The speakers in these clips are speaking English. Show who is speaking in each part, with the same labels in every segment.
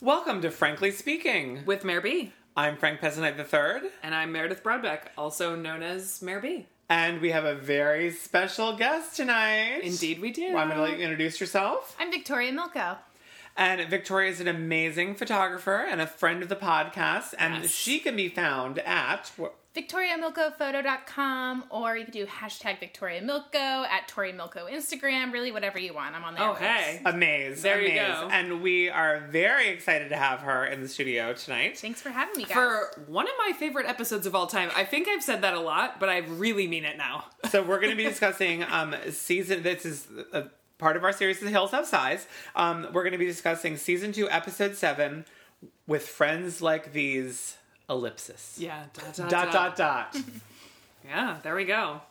Speaker 1: Welcome to Frankly Speaking.
Speaker 2: with Mayor B.
Speaker 1: I'm Frank Pezzanite III,
Speaker 2: And I'm Meredith Broadbeck, also known as Mayor B.
Speaker 1: and we have a very special guest tonight.
Speaker 2: Indeed, we do.
Speaker 1: Well, I'm going to let you introduce yourself.
Speaker 3: I'm Victoria Milko.
Speaker 1: And Victoria is an amazing photographer and a friend of the podcast, and
Speaker 2: Yes.
Speaker 1: she can be found at.
Speaker 3: VictoriaMilkoPhoto.com or you can do hashtag Victoria Milko at Tori Milko Instagram, really whatever you want. I'm on there.
Speaker 2: Oh, hey.
Speaker 1: Amaze.
Speaker 2: There you
Speaker 1: amaze.
Speaker 2: go.
Speaker 1: And we are very excited to have her in the studio tonight.
Speaker 3: Thanks for having me, guys.
Speaker 2: For one of my favorite episodes of all time, I think I've said that a lot, but I really mean it now.
Speaker 1: So we're going to be discussing um, season. This is a part of our series, "The Hills Have Size." Um, we're going to be discussing season two, episode seven, with friends like these. Ellipsis.
Speaker 2: Yeah. Dot, dot,
Speaker 1: Dot dot dot.
Speaker 2: Yeah, there we go.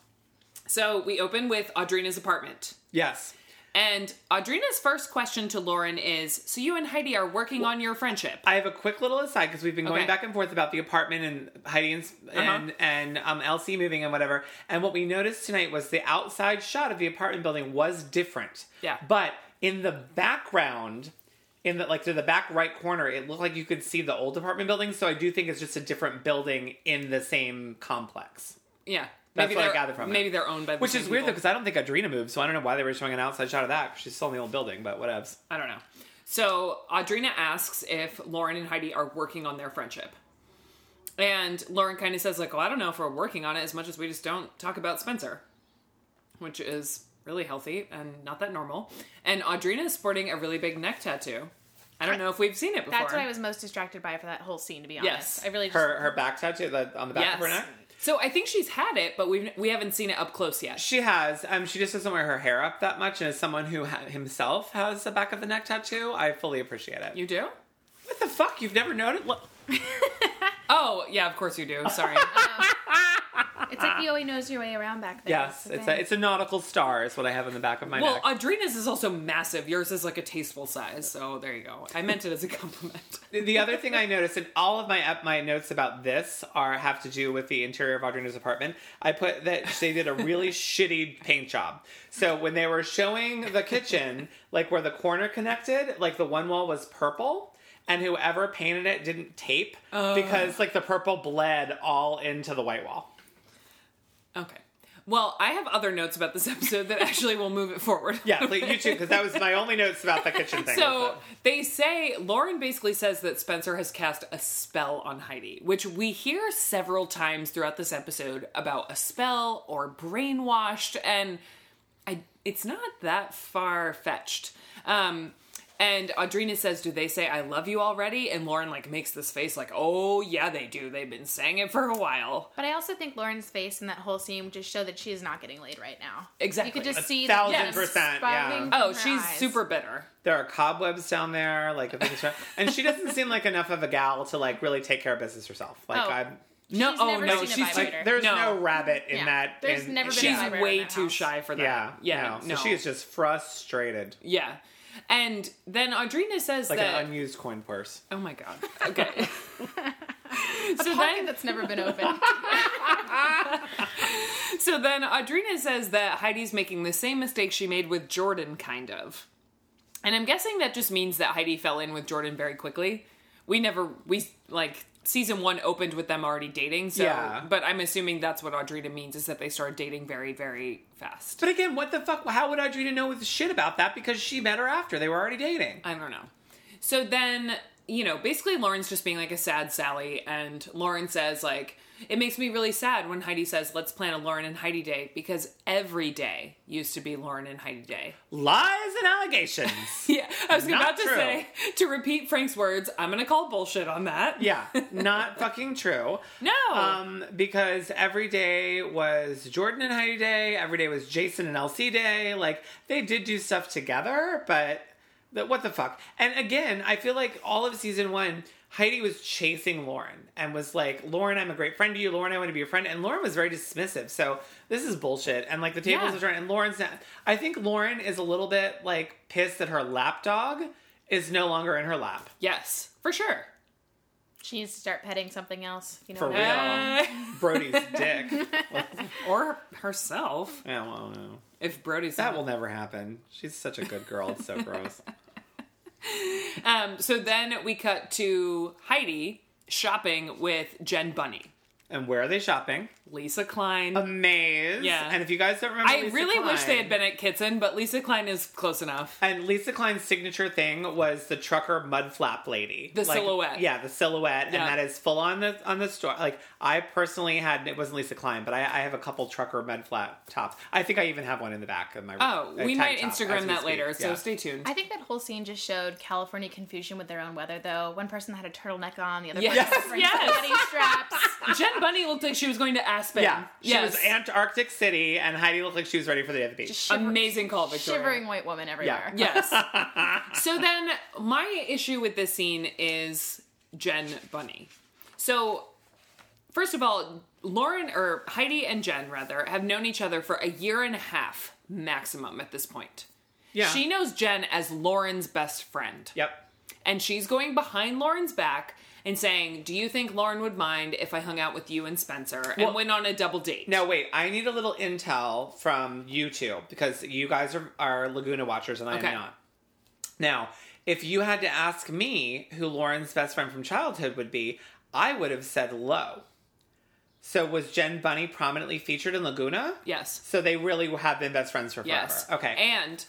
Speaker 2: So we open with Audrina's apartment.
Speaker 1: yes.
Speaker 2: And Audrina's first question to Lauren is So you and Heidi are working on your friendship?
Speaker 1: I have a quick little aside because we've been going
Speaker 2: Okay. Uh-huh.
Speaker 1: back and forth about the apartment and Heidi and and, and um, Elsie moving and whatever. And what we noticed tonight was the outside shot of the apartment building was different.
Speaker 2: Yeah.
Speaker 1: But in the background, in the like to the back right corner, it looked like you could see the old apartment building. So I do think it's just a different building in the same complex.
Speaker 2: yeah.
Speaker 1: That's what I
Speaker 2: they're-
Speaker 1: gathered from it.
Speaker 2: Maybe they're owned by the
Speaker 1: Which
Speaker 2: same
Speaker 1: is weird though,
Speaker 2: people.
Speaker 1: because I don't think Adrena moved, so I don't know why they were showing an outside shot of that. 'cause She's still in the old building, but whatevs.
Speaker 2: I don't know. So Audrina asks if Lauren and Heidi are working on their friendship. And Lauren kind of says, like, well, I don't know if we're working on it as much as we just don't talk about Spencer, which is really healthy and not that normal. And Audrina is sporting a really big neck tattoo. I don't know if we've seen it before.
Speaker 3: That's what I was most distracted by for that whole scene, to be honest.
Speaker 2: Yes.
Speaker 3: I really just
Speaker 1: Her her back tattoo the, on the back
Speaker 2: Yes.
Speaker 1: of her neck.
Speaker 2: So I think she's had it, but we we haven't seen it up close yet.
Speaker 1: She has. Um, she just doesn't wear her hair up that much. And as someone who ha- himself has a back of the neck tattoo, I fully appreciate it.
Speaker 2: You do?
Speaker 1: what the fuck? You've never noticed? Look,
Speaker 2: Oh yeah, of course you do. Sorry.
Speaker 3: it's like you always knows your way around back there. That's
Speaker 1: uh, yes,
Speaker 3: the
Speaker 1: it's a
Speaker 3: thing.
Speaker 1: it's a nautical star is what I have on the back of my
Speaker 2: well,
Speaker 1: neck.
Speaker 2: Audrina's is also massive. Yours is like a tasteful size. So there you go. I meant it as a compliment.
Speaker 1: the other thing I noticed, and all of my ep- my notes about this are have to do with the interior of Audrina's apartment. I put that they did a really shitty paint job. So when they were showing the kitchen, like where the corner connected, like the one wall was purple. And whoever painted it didn't tape because, like, the purple bled all into the white wall.
Speaker 2: Okay. Well, I have other notes about this episode that actually will move it forward.
Speaker 1: Yeah, like, you too, because that was my only notes about the kitchen thing.
Speaker 2: So they say Lauren basically says that Spencer has cast a spell on Heidi, which we hear several times throughout this episode about a spell or brainwashed, and I, it's not that far fetched. Um, and Audrina says, "Do they say I love you already?" And Lauren like makes this face, like, "Oh yeah, they do. They've been saying it for a while."
Speaker 3: But I also think Lauren's face in that whole scene just showed that she is not getting laid right now.
Speaker 2: Exactly.
Speaker 3: You could just
Speaker 2: A
Speaker 3: see
Speaker 1: thousand
Speaker 3: the venom
Speaker 1: percent, yeah.
Speaker 3: spiraling from
Speaker 2: Oh,
Speaker 3: her
Speaker 2: she's
Speaker 3: eyes.
Speaker 2: super bitter.
Speaker 1: there are cobwebs down there, like, if it's- and she doesn't seem like enough of a gal to, like, really take care of business herself. Like,
Speaker 3: Oh.
Speaker 1: I'm.
Speaker 2: No,
Speaker 3: She's
Speaker 2: oh
Speaker 3: never
Speaker 2: no,
Speaker 3: seen a
Speaker 2: she's
Speaker 3: vibrator.
Speaker 2: like,
Speaker 1: There's
Speaker 2: No.
Speaker 1: no, rabbit in
Speaker 3: Yeah.
Speaker 1: that.
Speaker 3: There's
Speaker 1: in-
Speaker 3: never been a
Speaker 1: she's,
Speaker 2: she's
Speaker 3: vibrator. vibrator
Speaker 2: way
Speaker 3: in that
Speaker 2: too
Speaker 3: house.
Speaker 2: shy for that.
Speaker 1: Yeah,
Speaker 2: yeah,
Speaker 1: no. So she is just frustrated,
Speaker 2: yeah. And then Audrina says
Speaker 1: like
Speaker 2: that.
Speaker 1: an unused coin purse.
Speaker 2: oh my god. Okay. so
Speaker 3: Pocket
Speaker 2: then,
Speaker 3: that's never been opened.
Speaker 2: so then Audrina says that Heidi's making the same mistake she made with Jordan, kind of. And I'm guessing that just means that Heidi fell in with Jordan very quickly. We never we like season one opened with them already dating. So,
Speaker 1: Yeah.
Speaker 2: but I'm assuming that's what Audrina means is that they started dating very very fast.
Speaker 1: But again, what the fuck? How would Audrina know with shit about that? Because she met her after they were already dating.
Speaker 2: I don't know. So then, you know, basically Lauren's just being like a sad Sally, and Lauren says, like, it makes me really sad when Heidi says, let's plan a Lauren and Heidi day, because every day used to be Lauren and Heidi day.
Speaker 1: Lies and allegations.
Speaker 2: Yeah, I was
Speaker 1: Not
Speaker 2: about to
Speaker 1: true.
Speaker 2: say, to repeat Frank's words, I'm gonna call bullshit on that.
Speaker 1: yeah, not fucking true.
Speaker 2: No!
Speaker 1: Um, because every day was Jordan and Heidi day. Every day was Jason and Elsie day. Like they did do stuff together, but the, what the fuck? And again, I feel like all of season one, Heidi was chasing Lauren and was like, "Lauren, I'm a great friend to you. Lauren, I want to be your friend." And Lauren was very dismissive. So this is bullshit. And like the tables
Speaker 2: Yeah.
Speaker 1: are turned. And Lauren's not. I think Lauren is a little bit like pissed that her lapdog is no longer in her lap.
Speaker 2: yes, for sure.
Speaker 3: she needs to start petting something else. You know
Speaker 1: For
Speaker 3: what I
Speaker 1: real.
Speaker 3: mean?
Speaker 1: Yeah.
Speaker 2: Uh,
Speaker 1: Brody's dick.
Speaker 2: or herself,
Speaker 1: I don't know.
Speaker 2: if Brody's
Speaker 1: That will never happen. She's such a good girl. It's so gross.
Speaker 2: Um, so then we cut to Heidi shopping with Jen Bunny,
Speaker 1: And where are they shopping?
Speaker 2: Lisa Klein.
Speaker 1: A maze.
Speaker 2: Yeah.
Speaker 1: And if you guys don't remember,
Speaker 2: I
Speaker 1: Lisa
Speaker 2: really wish they had
Speaker 1: Klein-
Speaker 2: been at Kitson, but Lisa Klein is close enough.
Speaker 1: And Lisa Klein's signature thing was the trucker mud flap lady,
Speaker 2: The silhouette.
Speaker 1: Yeah, the silhouette,
Speaker 2: Yeah.
Speaker 1: and that is full on the on the store. Like I personally had it wasn't Lisa Klein, but I, I have a couple trucker mud flap tops. I think I even have one in the back of my.
Speaker 2: Oh,
Speaker 1: uh,
Speaker 2: we
Speaker 1: tank
Speaker 2: might
Speaker 1: top as
Speaker 2: Instagram
Speaker 1: we
Speaker 2: that
Speaker 1: speak.
Speaker 2: later, so
Speaker 1: Yeah.
Speaker 2: stay tuned.
Speaker 3: I think that whole scene just showed California confusion with their own weather, though. One person had a turtleneck on, the other
Speaker 2: Yes.
Speaker 3: person had
Speaker 2: Yes.
Speaker 3: body straps.
Speaker 2: Jen Bunny looked like she was going to Aspen.
Speaker 1: Yeah, she
Speaker 2: yes.
Speaker 1: was Antarctic City, and Heidi looked like she was ready for the day of the beach.
Speaker 3: Shiver-
Speaker 2: Amazing call, Victoria.
Speaker 3: Shivering white woman everywhere.
Speaker 2: Yes. so then my issue with this scene is Jen Bunny. So first of all, Lauren or Heidi and Jen rather have known each other for a year and a half maximum at this point.
Speaker 1: yeah,
Speaker 2: She knows Jen as Lauren's best friend.
Speaker 1: Yep.
Speaker 2: And she's going behind Lauren's back and saying, "Do you think Lauren would mind if I hung out with you and Spencer and went on a double date?"
Speaker 1: Now wait, I need a little intel from you two because you guys are, are Laguna watchers and I
Speaker 2: Okay.
Speaker 1: am not. Now, if you had to ask me who Lauren's best friend from childhood would be, I would have said Low. So was Jen Bunny prominently featured in Laguna?
Speaker 2: Yes.
Speaker 1: So they really have been best friends for forever.
Speaker 2: Yes.
Speaker 1: Okay.
Speaker 2: And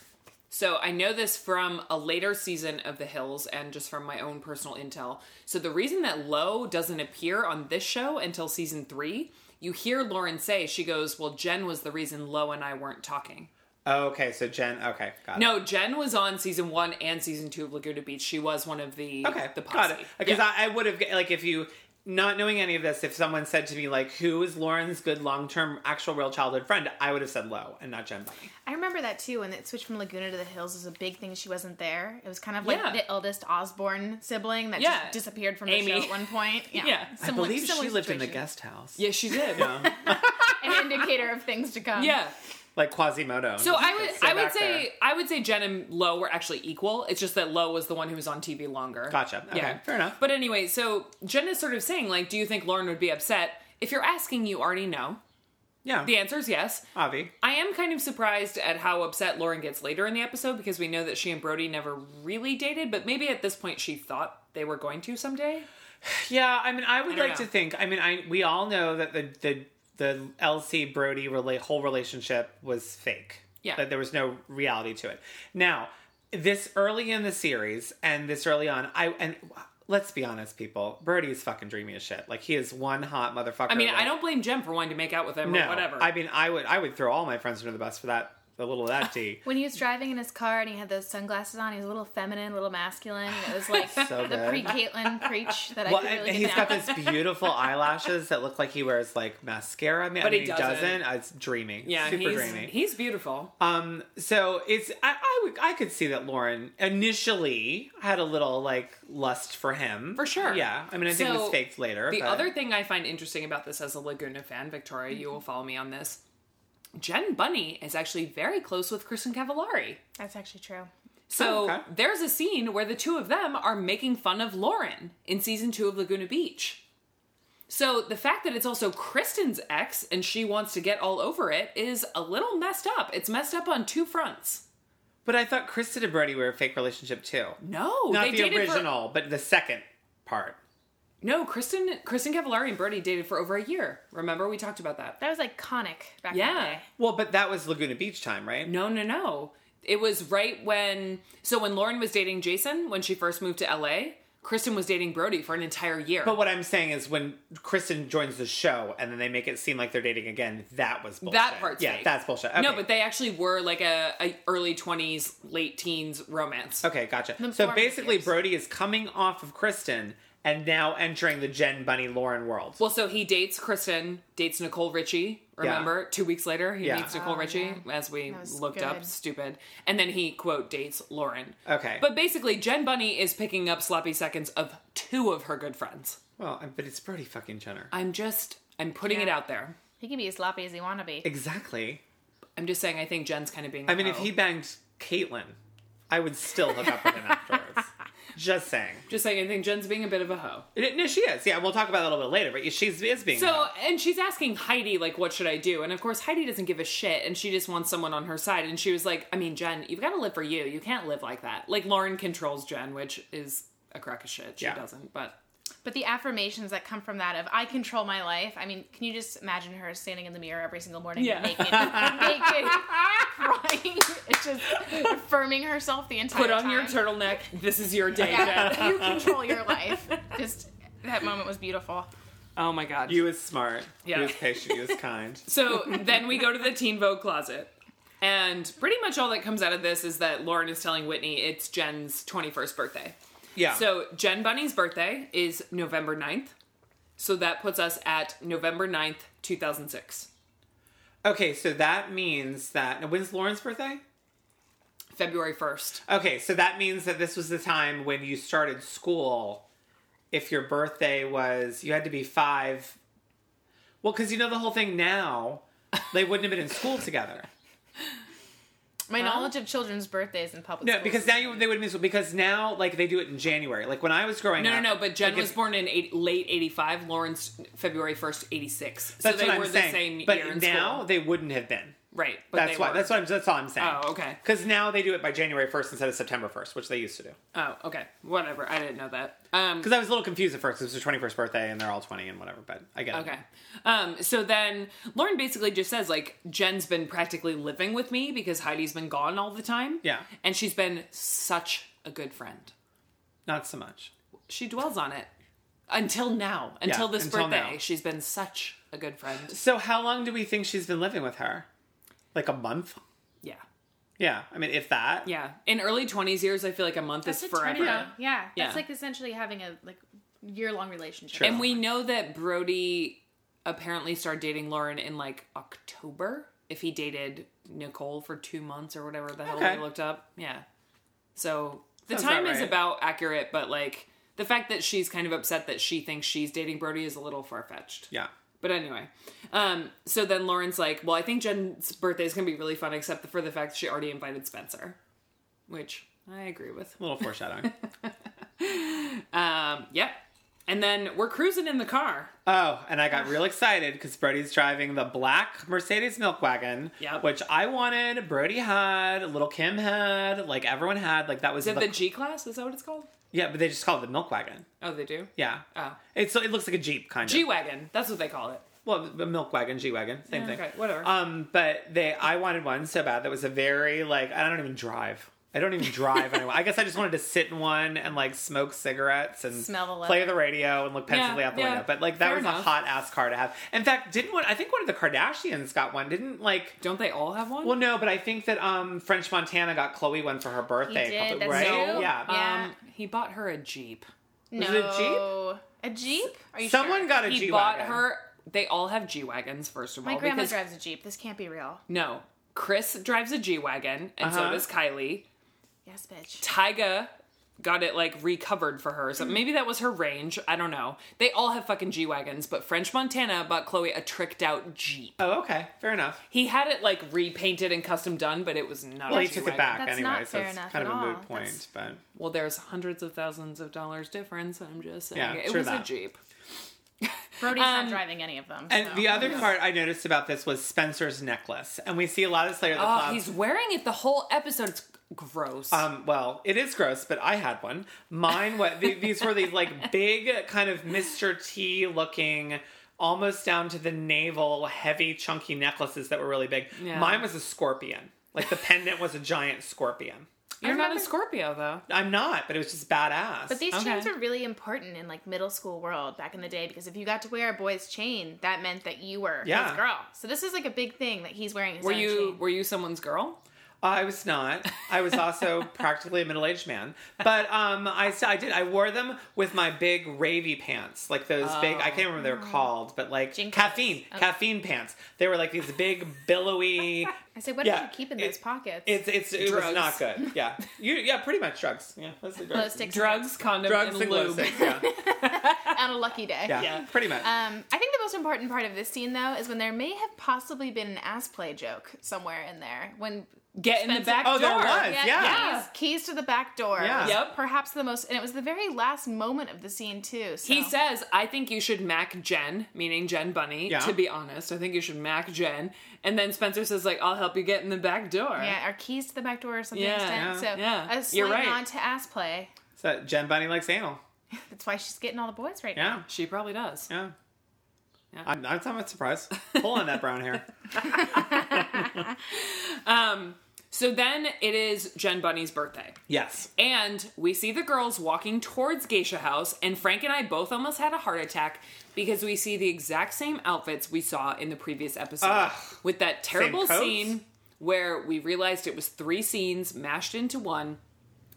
Speaker 2: so I know this from a later season of The Hills and just from my own personal intel. So the reason that Lo doesn't appear on this show until season three, you hear Lauren say, she goes, Well, Jen was the reason Lo and I weren't talking.
Speaker 1: okay. So Jen. Okay. Got it.
Speaker 2: No, Jen was on season one and season two of Laguna Beach. She was one of the
Speaker 1: Okay.
Speaker 2: the posse.
Speaker 1: got it. Because I, I would have like if you. Not knowing any of this, if someone said to me like, "Who is Lauren's good long-term, actual, real childhood friend?" I would have said Low and not Jen Bunny.
Speaker 3: I remember that too when it switched from Laguna to the Hills was a big thing. She wasn't there. It was kind of like
Speaker 2: Yeah.
Speaker 3: the eldest Osborne sibling that
Speaker 2: Yeah.
Speaker 3: just disappeared from
Speaker 2: Amy.
Speaker 3: the show at one point. Yeah,
Speaker 2: Yeah. I
Speaker 1: I believe she lived in the
Speaker 3: situation.
Speaker 1: guest house.
Speaker 2: yeah, she did.
Speaker 3: An indicator of things to come.
Speaker 2: yeah.
Speaker 1: like Quasimodo.
Speaker 2: So I would
Speaker 1: Sit
Speaker 2: I would
Speaker 1: back
Speaker 2: say
Speaker 1: there.
Speaker 2: I would say Jen and Lo were actually equal. It's just that Lo was the one who was on TV longer.
Speaker 1: Gotcha. Okay, fair enough.
Speaker 2: But anyway, so Jen is sort of saying like, do you think Lauren would be upset? If you're asking, you already know.
Speaker 1: yeah,
Speaker 2: The answer is yes.
Speaker 1: Avi.
Speaker 2: I am kind of surprised at how upset Lauren gets later in the episode because we know that she and Brody never really dated, but maybe at this point she thought they were going to someday.
Speaker 1: Yeah, I mean, I would
Speaker 2: don't
Speaker 1: like
Speaker 2: know.
Speaker 1: to think. I mean, I we all know that the the the LC Brody rela- whole relationship was fake.
Speaker 2: Yeah.
Speaker 1: that there was no reality to it. Now, this early in the series and this early on, I and let's be honest, people, Brody is fucking dreamy as shit. Like he is one hot motherfucker.
Speaker 2: I mean, I don't blame Jen for wanting to make out with him or whatever.
Speaker 1: I mean, I would I would throw all my friends under the bus for that. A little of that tea.
Speaker 3: When he was driving in his car and he had those sunglasses on, he was a little feminine, a little masculine. It was like the
Speaker 1: good.
Speaker 3: pre Caitlyn preach that I
Speaker 1: Well,
Speaker 3: could
Speaker 1: and
Speaker 3: really
Speaker 1: he's
Speaker 3: get
Speaker 1: got
Speaker 3: down.
Speaker 1: this beautiful eyelashes that look like he wears like mascara. I mean, but
Speaker 2: he
Speaker 1: he,
Speaker 2: doesn't.
Speaker 1: doesn't. Uh, It's dreamy.
Speaker 2: yeah,
Speaker 1: super
Speaker 2: he's
Speaker 1: dreamy.
Speaker 2: he's beautiful.
Speaker 1: um, so it's I, I would I could see that Lauren initially had a little like lust for him
Speaker 2: For sure.
Speaker 1: Yeah, I mean, I think it was
Speaker 2: So,
Speaker 1: faked later.
Speaker 2: The
Speaker 1: but-
Speaker 2: other thing I find interesting about this as a Laguna fan, Victoria, you will follow me on this. Jen Bunny is actually very close with Kristen Cavallari.
Speaker 3: That's actually true.
Speaker 2: So
Speaker 1: Oh, okay.
Speaker 2: there's a scene where the two of them are making fun of Lauren in season two of Laguna Beach. So the fact that it's also Kristen's ex and she wants to get all over it is a little messed up. It's messed up on two fronts.
Speaker 1: but I thought Kristen and Brody were a fake relationship too.
Speaker 2: No,
Speaker 1: Not the
Speaker 2: dated for-
Speaker 1: original, but the second part.
Speaker 2: no, Kristen, Kristen Cavallari and Brody dated for over a year. Remember we talked about that.
Speaker 3: That was iconic back in the
Speaker 2: Yeah.
Speaker 3: day.
Speaker 1: Well, but that was Laguna Beach time, right?
Speaker 2: No, no, no. It was right when so when Lauren was dating Jason when she first moved to LA, Kristen was dating Brody for an entire year.
Speaker 1: But what I'm saying is, when Kristen joins the show and then they make it seem like they're dating again, that was bullshit.
Speaker 2: that part's
Speaker 1: yeah,
Speaker 2: fake.
Speaker 1: that's bullshit. Okay.
Speaker 2: No, but they actually were like a, a early twenties, late teens romance.
Speaker 1: Okay, gotcha. So
Speaker 3: formative
Speaker 1: basically,
Speaker 3: years.
Speaker 1: Brody is coming off of Kristen and now entering the Jen Bunny Lauren world.
Speaker 2: Well, so he dates Kristen, dates Nicole Richie. Remember, two weeks later he
Speaker 1: Yeah.
Speaker 2: meets Nicole Richie, as we
Speaker 3: Oh, was
Speaker 2: looked up.
Speaker 3: good.
Speaker 2: Stupid, and then he quote dates Lauren.
Speaker 1: Okay.
Speaker 2: but basically Jen Bunny is picking up sloppy seconds of two of her good friends.
Speaker 1: well, I- but it's Brody fucking Jenner.
Speaker 2: I'm just I'm putting it
Speaker 3: Yeah.
Speaker 2: out there.
Speaker 3: He can be as sloppy as he wanna be.
Speaker 1: Exactly.
Speaker 2: I'm just saying I think Jen's kind of being.
Speaker 1: I mean, if he banged Caitlyn, I would still hook up with him afterwards. Just saying.
Speaker 2: Just saying, I think Jen's being a bit of a hoe.
Speaker 1: No, she is. Yeah, we'll talk about that a little bit later, but she is being.
Speaker 2: So, and she's asking Heidi, like, what should I do? And of course, Heidi doesn't give a shit and she just wants someone on her side. And she was like, I mean, Jen, you've got to live for you. You can't live like that. Like, Lauren controls Jen, which is a crack of shit. She
Speaker 1: Yeah.
Speaker 2: doesn't, but
Speaker 3: But the affirmations that come from that of I control my life. I mean, can you just imagine her standing in the mirror every single morning
Speaker 2: Yeah.
Speaker 3: naked, naked, crying, just affirming herself the entire
Speaker 2: put on
Speaker 3: time.
Speaker 2: your turtleneck. This is your day, Jen.
Speaker 3: Yeah, you control your life. Just that moment was beautiful.
Speaker 2: Oh my God.
Speaker 1: You is smart.
Speaker 2: Yeah.
Speaker 1: You is patient. You is kind.
Speaker 2: So then we go to the Teen Vogue closet. And pretty much all that comes out of this is that Lauren is telling Whitney it's Jen's 21st birthday.
Speaker 1: Yeah.
Speaker 2: So Jen Bunny's birthday is November 9th. So that puts us at November 9th, 2006.
Speaker 1: okay, so that means that now, when's Lauren's birthday?
Speaker 2: February 1st.
Speaker 1: Okay, so that means that this was the time when you started school. If your birthday was, you had to be five. Well, because you know the whole thing now, they wouldn't have been in school together.
Speaker 3: My knowledge of children's birthdays in public.
Speaker 1: No,
Speaker 3: schools
Speaker 1: because now you, they would have been in school. Because now, like, they do it in January. Like, when I was growing
Speaker 2: No,
Speaker 1: up.
Speaker 2: no, no, but Jen
Speaker 1: like,
Speaker 2: was
Speaker 1: if-
Speaker 2: born in eight, late 85, Lauren's February 1st, 86. So
Speaker 1: That's
Speaker 2: they
Speaker 1: what I'm
Speaker 2: were
Speaker 1: saying.
Speaker 2: the same
Speaker 1: but
Speaker 2: year in
Speaker 1: now
Speaker 2: school.
Speaker 1: they wouldn't have been.
Speaker 2: Right. But
Speaker 1: That's
Speaker 2: they
Speaker 1: why.
Speaker 2: were.
Speaker 1: That's what I'm. That's all I'm saying.
Speaker 2: Oh, okay.
Speaker 1: Because now they do it by January 1st instead of September 1st, which they used to do.
Speaker 2: Oh, okay. Whatever. I didn't know that. Um,
Speaker 1: Because I was a little confused at first. 'cause It was her 21st birthday, and they're all 20 and whatever. But I get it.
Speaker 2: Okay. Um, so then Lauren basically just says, like, Jen's been practically living with me because Heidi's been gone all the time.
Speaker 1: Yeah.
Speaker 2: And she's been such a good friend.
Speaker 1: Not so much.
Speaker 2: She dwells on it until now, until this
Speaker 1: until
Speaker 2: birthday.
Speaker 1: now.
Speaker 2: She's been such a good friend.
Speaker 1: So how long do we think she's been living with her? Like a month?
Speaker 2: Yeah.
Speaker 1: Yeah. I mean, if that.
Speaker 2: Yeah. In early 20s years, I feel like a month
Speaker 3: That's
Speaker 2: is
Speaker 3: a turn
Speaker 2: forever.
Speaker 3: down. Yeah,
Speaker 2: Yeah.
Speaker 3: that's like essentially having a like year long relationship.
Speaker 1: Sure.
Speaker 2: And we know that Brody apparently started dating Lauren in like October. If he dated Nicole for two months or whatever the hell
Speaker 1: Okay.
Speaker 2: we looked up, yeah. So the
Speaker 1: Sounds
Speaker 2: time
Speaker 1: about
Speaker 2: is
Speaker 1: right.
Speaker 2: about accurate, but like the fact that she's kind of upset that she thinks she's dating Brody is a little far fetched.
Speaker 1: Yeah.
Speaker 2: But anyway, um, so then Lauren's like, "Well, I think Jen's birthday is gonna be really fun, except for the fact that she already invited Spencer," which I agree with.
Speaker 1: A little foreshadowing.
Speaker 2: Um, yep. And then we're cruising in the car.
Speaker 1: oh, and I got real excited because Brody's driving the black Mercedes milk wagon,
Speaker 2: Yep.
Speaker 1: which I wanted. Brody had, little Kim had, like everyone had. Like that was
Speaker 2: Is it the G class? Is that what it's called?
Speaker 1: yeah, but they just call it the milk wagon.
Speaker 2: Oh, they do.
Speaker 1: Yeah.
Speaker 2: Oh.
Speaker 1: It's it looks like a jeep kind
Speaker 2: G
Speaker 1: of.
Speaker 2: wagon. That's what they call it.
Speaker 1: Well, a milk wagon, G wagon, same thing.
Speaker 2: Okay, whatever.
Speaker 1: Um, but they, I wanted one so bad. That was a very like I don't even drive. I don't even drive anymore. I guess I just wanted to sit in one and like smoke cigarettes and
Speaker 3: Smell the
Speaker 1: play
Speaker 3: leather.
Speaker 1: the radio and look pensively
Speaker 2: Yeah,
Speaker 1: out the
Speaker 2: yeah.
Speaker 1: window. But like that
Speaker 2: Fair
Speaker 1: was a
Speaker 2: enough.
Speaker 1: hot ass car to have. In fact, didn't one? I think one of the Kardashians got one. Didn't like.
Speaker 2: Don't they all have one?
Speaker 1: Well, no, but I think that um French Montana got Chloe one for her birthday. a
Speaker 3: did,
Speaker 1: couple-
Speaker 3: that's
Speaker 1: right?
Speaker 3: true.
Speaker 1: Yeah.
Speaker 2: um,
Speaker 3: yeah.
Speaker 2: he bought her a jeep.
Speaker 3: No,
Speaker 1: it a
Speaker 3: a jeep? Are you
Speaker 1: Someone
Speaker 3: sure?
Speaker 1: got a
Speaker 2: He
Speaker 1: G
Speaker 2: bought
Speaker 1: wagon.
Speaker 2: her. They all have G wagons. First of all,
Speaker 3: My grandma
Speaker 2: because-
Speaker 3: drives a jeep. This can't be real.
Speaker 2: No, Chris drives a G wagon, and so
Speaker 1: Uh-huh.
Speaker 2: does Kylie.
Speaker 3: Yes, bitch.
Speaker 2: Tyga got it like recovered for her, so maybe that was her range. I don't know. They all have fucking G wagons, but French Montana bought Chloe a tricked out jeep.
Speaker 1: Oh, okay, fair enough.
Speaker 2: He had it like repainted and custom done, but it was not.
Speaker 1: Well,
Speaker 2: a
Speaker 1: he
Speaker 2: G
Speaker 1: took
Speaker 2: wagon.
Speaker 1: it back
Speaker 3: That's
Speaker 1: anyway,
Speaker 3: not
Speaker 1: so
Speaker 3: fair
Speaker 1: it's
Speaker 3: enough
Speaker 1: kind of
Speaker 3: at
Speaker 1: a moot
Speaker 3: all.
Speaker 1: point.
Speaker 3: That's-
Speaker 1: But
Speaker 2: Well, there's hundreds of thousands of dollars difference. I'm just saying
Speaker 1: Yeah,
Speaker 2: it
Speaker 1: sure
Speaker 2: was a
Speaker 1: that.
Speaker 2: jeep.
Speaker 3: Brody's
Speaker 2: Um,
Speaker 3: not driving any of them.
Speaker 1: And
Speaker 3: so.
Speaker 1: the other part I noticed about this was Spencer's necklace, and we see a lot of Slayer of the
Speaker 2: Oh,
Speaker 1: Clouds.
Speaker 2: he's wearing it the whole episode. It's gross.
Speaker 1: Uh, Um, well, it is gross, but I had one. Mine, what the, these were these like big kind of Mr. T looking, almost down to the navel, heavy, chunky necklaces that were really big.
Speaker 2: Yeah.
Speaker 1: Mine was a scorpion. Like the pendant was a giant scorpion.
Speaker 2: You're not a
Speaker 3: remember-
Speaker 2: Scorpio though.
Speaker 1: I'm not, but it was just badass.
Speaker 3: But these
Speaker 2: Okay.
Speaker 3: chains were really important in like middle school world back in the day because if you got to wear a boy's chain, that meant that you were
Speaker 1: Yeah.
Speaker 3: his girl. So this is like a big thing that he's wearing. His
Speaker 2: Were
Speaker 3: own
Speaker 2: you
Speaker 3: chain.
Speaker 2: were you someone's girl?
Speaker 1: I was not. I was also practically a middle-aged man. But um, I s- I did. I wore them with my big ravey pants, like those big. I can't remember
Speaker 2: Oh.
Speaker 1: what they're called, but like
Speaker 3: Jinkos.
Speaker 1: caffeine, caffeine pants. They were like these big billowy.
Speaker 3: I said, what
Speaker 1: Yeah,
Speaker 3: did you keep in
Speaker 1: it-
Speaker 3: those pockets?
Speaker 1: It's it's it
Speaker 2: Drugs.
Speaker 1: was not good. Yeah, you yeah pretty much drugs. Yeah, that's the
Speaker 3: Glow
Speaker 1: drugs.
Speaker 3: sticks
Speaker 2: Drugs, condom,
Speaker 1: Drugs
Speaker 2: and
Speaker 1: and glow
Speaker 2: lube.
Speaker 1: sticks. Yeah.
Speaker 3: on a lucky day.
Speaker 1: yeah,
Speaker 2: Yeah. Uh,
Speaker 1: pretty much.
Speaker 3: Um, I think the most important part of this scene, though, is when there may have possibly been an ass play joke somewhere in there. When
Speaker 2: get in the
Speaker 3: Spencer-
Speaker 2: back
Speaker 1: Oh,
Speaker 2: door.
Speaker 1: there was.
Speaker 3: Yeah,
Speaker 1: Yeah.
Speaker 3: Keys, keys to the back door.
Speaker 1: Yeah.
Speaker 3: was
Speaker 2: Yep.
Speaker 3: Perhaps the most, and it was the very last moment of the scene too. So.
Speaker 2: He says, I think you should Mac Jen, meaning Jen Bunny,
Speaker 1: Yeah.
Speaker 2: to be honest. I think you should Mac Jen. And then Spencer says, like, I'll help you get in the back door.
Speaker 3: "Yeah, our keys to the back door or something."
Speaker 2: Yeah,
Speaker 3: extent.
Speaker 2: yeah,
Speaker 3: so
Speaker 2: yeah.
Speaker 3: a slight
Speaker 2: You're right.
Speaker 3: nod to ass play.
Speaker 1: So Jen Bunny likes anal.
Speaker 3: That's why she's getting all the boys right now.
Speaker 1: Yeah.
Speaker 2: She probably does.
Speaker 1: Yeah. I'm, I'm somewhat surprised. Pull on that brown hair.
Speaker 2: So then it is Jen Bunny's birthday.
Speaker 1: Yes.
Speaker 2: And we see the girls walking towards Geisha House, and Frank and I both almost had a heart attack because we see the exact same outfits we saw in the previous episode.
Speaker 1: Ugh.
Speaker 2: with that terrible
Speaker 1: coats?
Speaker 2: scene where we realized it was three scenes mashed into one.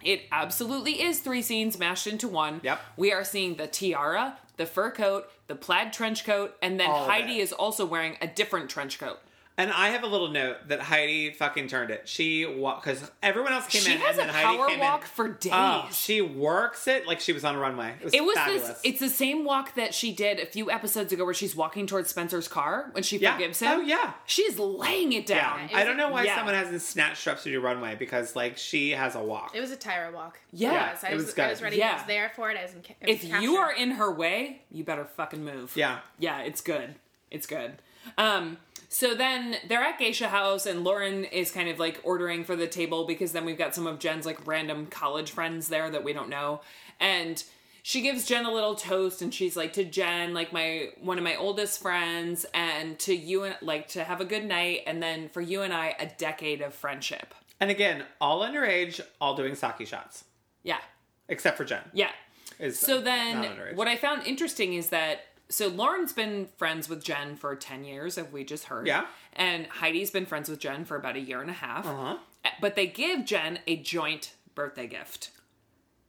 Speaker 2: It absolutely is three scenes mashed into one.
Speaker 1: Yep.
Speaker 2: We are seeing the tiara, the fur coat, the plaid trench coat, and then
Speaker 1: All of
Speaker 2: Heidi
Speaker 1: it.
Speaker 2: is also wearing a different trench coat.
Speaker 1: And I have a little note that Heidi fucking turned it. She walked because everyone else came
Speaker 2: She
Speaker 1: in.
Speaker 2: has
Speaker 1: and
Speaker 2: a
Speaker 1: then Heidi
Speaker 2: power
Speaker 1: came
Speaker 2: walk
Speaker 1: in.
Speaker 2: for days.
Speaker 1: Oh, she works it like she was on a runway. It was,
Speaker 2: It was
Speaker 1: fabulous.
Speaker 2: this. It's the same walk that she did a few episodes ago, where she's walking towards Spencer's car when she
Speaker 1: yeah.
Speaker 2: forgives him.
Speaker 1: Oh yeah.
Speaker 2: she's laying it down.
Speaker 1: Yeah.
Speaker 2: Yeah,
Speaker 3: it
Speaker 1: I
Speaker 3: was-
Speaker 1: don't know why
Speaker 2: yeah.
Speaker 1: someone hasn't snatched her up to do runway because like she has a walk.
Speaker 3: It was a Tyra walk.
Speaker 2: Yeah,
Speaker 3: it was. I,
Speaker 1: it
Speaker 3: was,
Speaker 1: was
Speaker 3: I
Speaker 1: good.
Speaker 3: was ready.
Speaker 2: Yeah.
Speaker 3: I was there for it. I was in. ca- I was
Speaker 2: if you
Speaker 3: captured.
Speaker 2: are in her way, you better fucking move.
Speaker 1: yeah.
Speaker 2: yeah, it's good. It's good. Um, so then they're at Geisha House, and Lauren is kind of like ordering for the table because then we've got some of Jen's like random college friends there that we don't know. And she gives Jen a little toast, and she's like, "To Jen, like my one of my oldest friends, and to you, and like to have a good night, and then for you and I, a decade of friendship."
Speaker 1: And again, all underage, all doing sake shots,
Speaker 2: Yeah,
Speaker 1: except for Jen.
Speaker 2: yeah.
Speaker 1: Is
Speaker 2: So
Speaker 1: not
Speaker 2: then,
Speaker 1: underage.
Speaker 2: what I found interesting is that so Lauren's been friends with Jen for ten years, as we just heard.
Speaker 1: Yeah.
Speaker 2: and Heidi's been friends with Jen for about a year and a half. Eh,
Speaker 1: Uh-huh.
Speaker 2: But they give Jen a joint birthday gift.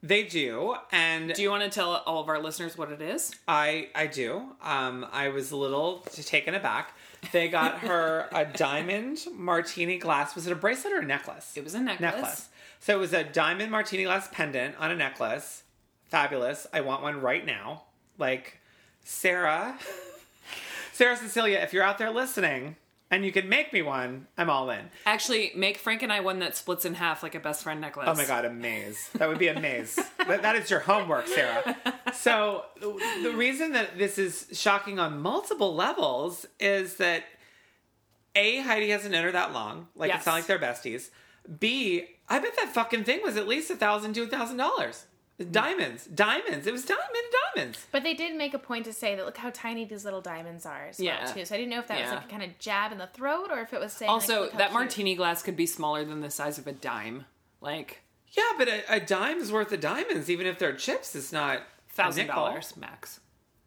Speaker 1: They do, and
Speaker 2: Do you want to tell all of our listeners what it is?
Speaker 1: I I do. Um, I was a little t- taken aback. They got her a diamond martini glass. Was it a bracelet or a necklace?
Speaker 2: It was a necklace.
Speaker 1: necklace. So it was a diamond martini glass pendant on a necklace. Fabulous. I want one right now. Like Sarah, Sarah Cecilia, if you're out there listening and you can make me one, I'm all in.
Speaker 2: Actually, make Frank and I one that splits in half like a best friend necklace.
Speaker 1: Oh my god, a maze. That would be a maze. that, that is your homework, Sarah. So the reason that this is shocking on multiple levels is that A, Heidi hasn't known her that long. Like it's not like
Speaker 2: Yes.
Speaker 1: they're besties. B, I bet that fucking thing was at least a thousand, two thousand dollars. Diamonds. Diamonds. It was diamond diamonds.
Speaker 3: But they did make a point to say that look how tiny these little diamonds are. As well,
Speaker 2: Yeah.
Speaker 3: Too. So I didn't know if that was
Speaker 2: Yeah.
Speaker 3: like a kind of jab in the throat or if it was saying. like,
Speaker 2: Also,
Speaker 3: look how
Speaker 2: that
Speaker 3: cute.
Speaker 2: martini glass could be smaller than the size of a dime. Like
Speaker 1: Yeah, but a, a dime's worth of diamonds, even if they're chips, it's not a
Speaker 2: thousand
Speaker 1: nickel.
Speaker 2: dollars max.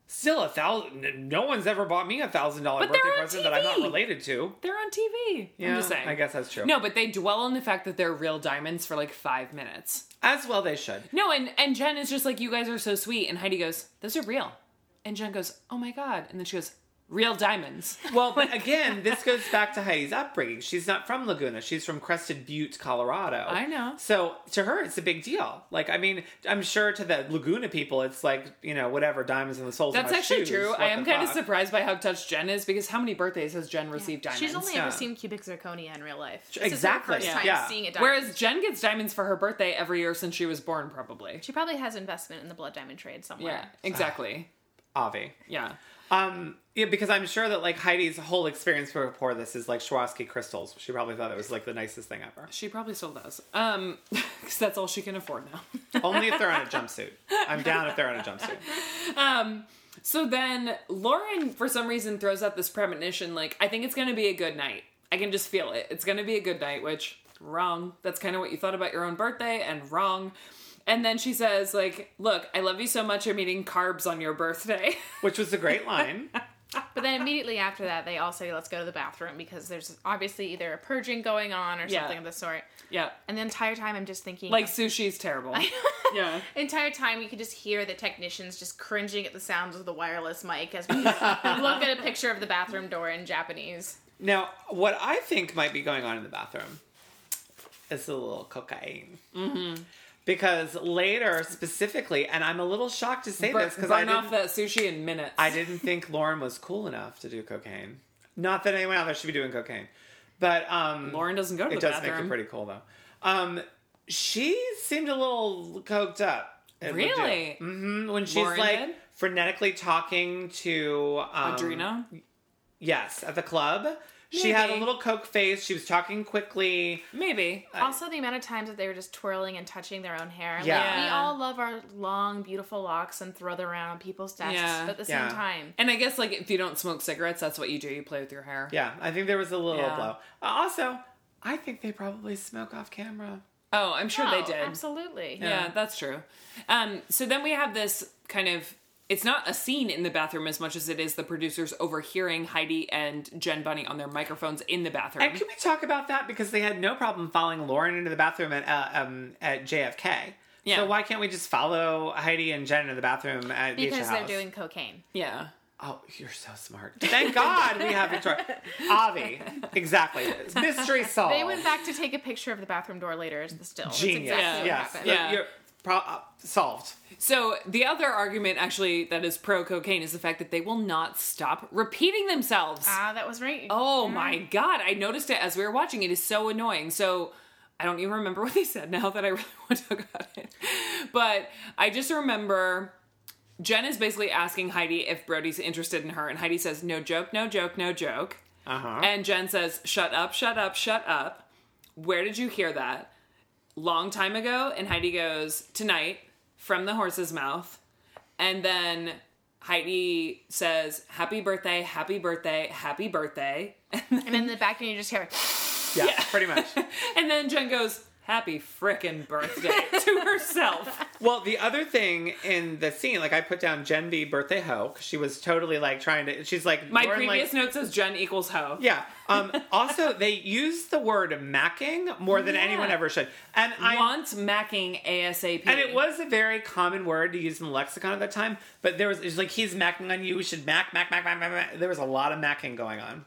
Speaker 1: Still a thousand. No one's ever bought me a thousand dollar
Speaker 2: But
Speaker 1: birthday
Speaker 2: they're on
Speaker 1: present that I'm not
Speaker 2: TV.
Speaker 1: related to.
Speaker 2: They're on TV. I'm just saying.
Speaker 1: I guess that's true.
Speaker 2: No, but they dwell on the fact that they're real diamonds for like five minutes.
Speaker 1: As well, they should.
Speaker 2: No, and and Jen is just like, "You guys are so sweet," and Heidi goes, "Those are real," and Jen goes, "Oh my god," and then she goes, "Real diamonds."
Speaker 1: Well, but again, this goes back to Heidi's upbringing. She's not from Laguna. She's from Crested Butte, Colorado.
Speaker 2: I know.
Speaker 1: So to her, it's a big deal. Like, I mean, I'm sure to the Laguna people, it's like you know, whatever diamonds in the soles.
Speaker 2: That's
Speaker 1: of my
Speaker 2: actually
Speaker 1: shoes,
Speaker 2: true.
Speaker 1: what
Speaker 2: I am
Speaker 1: the
Speaker 2: kind of
Speaker 1: fuck.
Speaker 2: surprised by how touched Jen is because how many birthdays has Jen received diamonds?
Speaker 3: She's only
Speaker 1: Yeah.
Speaker 3: ever seen cubic zirconia in real life. This
Speaker 1: Exactly.
Speaker 3: Is her first
Speaker 1: Yeah.
Speaker 3: time
Speaker 1: Yeah.
Speaker 3: seeing a diamond.
Speaker 2: Whereas Jen gets diamonds for her birthday every year since she was born, probably.
Speaker 3: she probably has investment in the blood diamond trade somewhere.
Speaker 2: Yeah, exactly.
Speaker 1: Avi.
Speaker 2: Yeah.
Speaker 1: Um, yeah, because I'm sure that like Heidi's whole experience before this is like Swarovski crystals. She probably thought it was like the nicest thing ever.
Speaker 2: She probably still does. Um, because that's all she can afford now.
Speaker 1: Only if they're on a jumpsuit. I'm down if they're on a jumpsuit.
Speaker 2: So then Lauren, for some reason, throws out this premonition like, I think it's going to be a good night. I can just feel it. It's going to be a good night, which, wrong. That's kind of what you thought about your own birthday, and wrong. And then she says, like, look, I love you so much, I'm eating carbs on your birthday.
Speaker 1: Which was a great line.
Speaker 3: But then immediately after that, they all say, "Let's go to the bathroom" because there's obviously either a purging going on or
Speaker 2: Yeah.
Speaker 3: something of the sort.
Speaker 2: yeah.
Speaker 3: And the entire time, I'm just thinking,
Speaker 2: Like, sushi's terrible. yeah.
Speaker 3: entire time you could just hear the technicians just cringing at the sounds of the wireless mic as we look at a picture of the bathroom door in Japanese.
Speaker 1: Now, what I think might be going on in the bathroom is a little cocaine. Mm-hmm. Because later, specifically, and I'm a little shocked to say
Speaker 2: Burn,
Speaker 1: this because I
Speaker 2: burn
Speaker 1: didn't,
Speaker 2: off that sushi in minutes.
Speaker 1: I didn't think Lauren was cool enough to do cocaine. Not that anyone out there should be doing cocaine. But um,
Speaker 2: Lauren doesn't go to
Speaker 1: it
Speaker 2: the
Speaker 1: does
Speaker 2: bathroom.
Speaker 1: make it pretty cool though. Um, she seemed a little coked up. at Ledoux.
Speaker 2: Really?
Speaker 1: Mhm, When she's
Speaker 2: Lauren
Speaker 1: like
Speaker 2: did?
Speaker 1: frenetically talking to um,
Speaker 2: Audrina?
Speaker 1: Yes, at the club. She had a
Speaker 2: Maybe.
Speaker 1: little coke face. She was talking quickly.
Speaker 2: Maybe.
Speaker 3: Also, the amount of times that they were just twirling and touching their own hair. Like,
Speaker 1: Yeah.
Speaker 3: we all love our long, beautiful locks and throw them around on people's desks,
Speaker 2: Yeah.
Speaker 3: but at the
Speaker 1: Yeah.
Speaker 3: same time,
Speaker 2: And I guess like if you don't smoke cigarettes, that's what you do. You play with your hair.
Speaker 1: Yeah, I think there was a little
Speaker 2: Yeah.
Speaker 1: blow. Uh, Also, I think they probably smoke off camera.
Speaker 2: Oh, I'm sure they
Speaker 3: Oh,
Speaker 2: did.
Speaker 3: absolutely.
Speaker 2: Yeah, that's true. Um, so then we have this kind of it's not a scene in the bathroom as much as it is the producers overhearing Heidi and Jen Bunny on their microphones in the bathroom.
Speaker 1: And can we talk about that because they had no problem following Lauren into the bathroom at uh, um, at JFK.
Speaker 2: Yeah.
Speaker 1: So why can't we just follow Heidi and Jen into the bathroom at Beach
Speaker 3: Because
Speaker 1: House?
Speaker 3: they're doing cocaine.
Speaker 2: yeah.
Speaker 1: Oh, you're so smart. Thank God we have Victoria. Avi. Exactly. Mystery solved.
Speaker 3: They went back to take a picture of the bathroom door later as the still. That's
Speaker 1: Genius.
Speaker 3: exactly
Speaker 1: yes.
Speaker 3: what happened.
Speaker 1: Look,
Speaker 2: Yeah.
Speaker 1: You're pro- uh, solved.
Speaker 2: So the other argument actually that is pro cocaine is the fact that they will not stop repeating themselves.
Speaker 3: Ah, that was right.
Speaker 2: Oh my god, I noticed it as we were watching. It is so annoying. So I don't even remember what they said now that I really want to talk about it. But I just remember Jen is basically asking Heidi if Brody's interested in her, and Heidi says, No joke, no joke, no joke.
Speaker 1: Uh huh.
Speaker 2: And Jen says, Shut up, shut up, shut up. Where did you hear that? Long time ago. And Heidi goes, Tonight, from the horse's mouth. And then Heidi says, Happy birthday, happy birthday, happy birthday.
Speaker 3: And in the back, and you just hear,
Speaker 1: Yeah, pretty much.
Speaker 2: And then Jen goes, Happy frickin' birthday to herself.
Speaker 1: Well, the other thing in the scene, like I put down Jen B birthday hoe, 'cause she was totally like trying to. She's like
Speaker 2: My
Speaker 1: Lauren, like-
Speaker 2: previous note says Jen equals hoe.
Speaker 1: yeah. Um, also, they use the word macking more than
Speaker 2: Yeah.
Speaker 1: anyone ever should, and I
Speaker 2: Want macking ASAP.
Speaker 1: and it was a very common word to use in the lexicon at that time. But there was it's like he's macking on you. We should mac mac mack mack mack mack. There was a lot of macking going on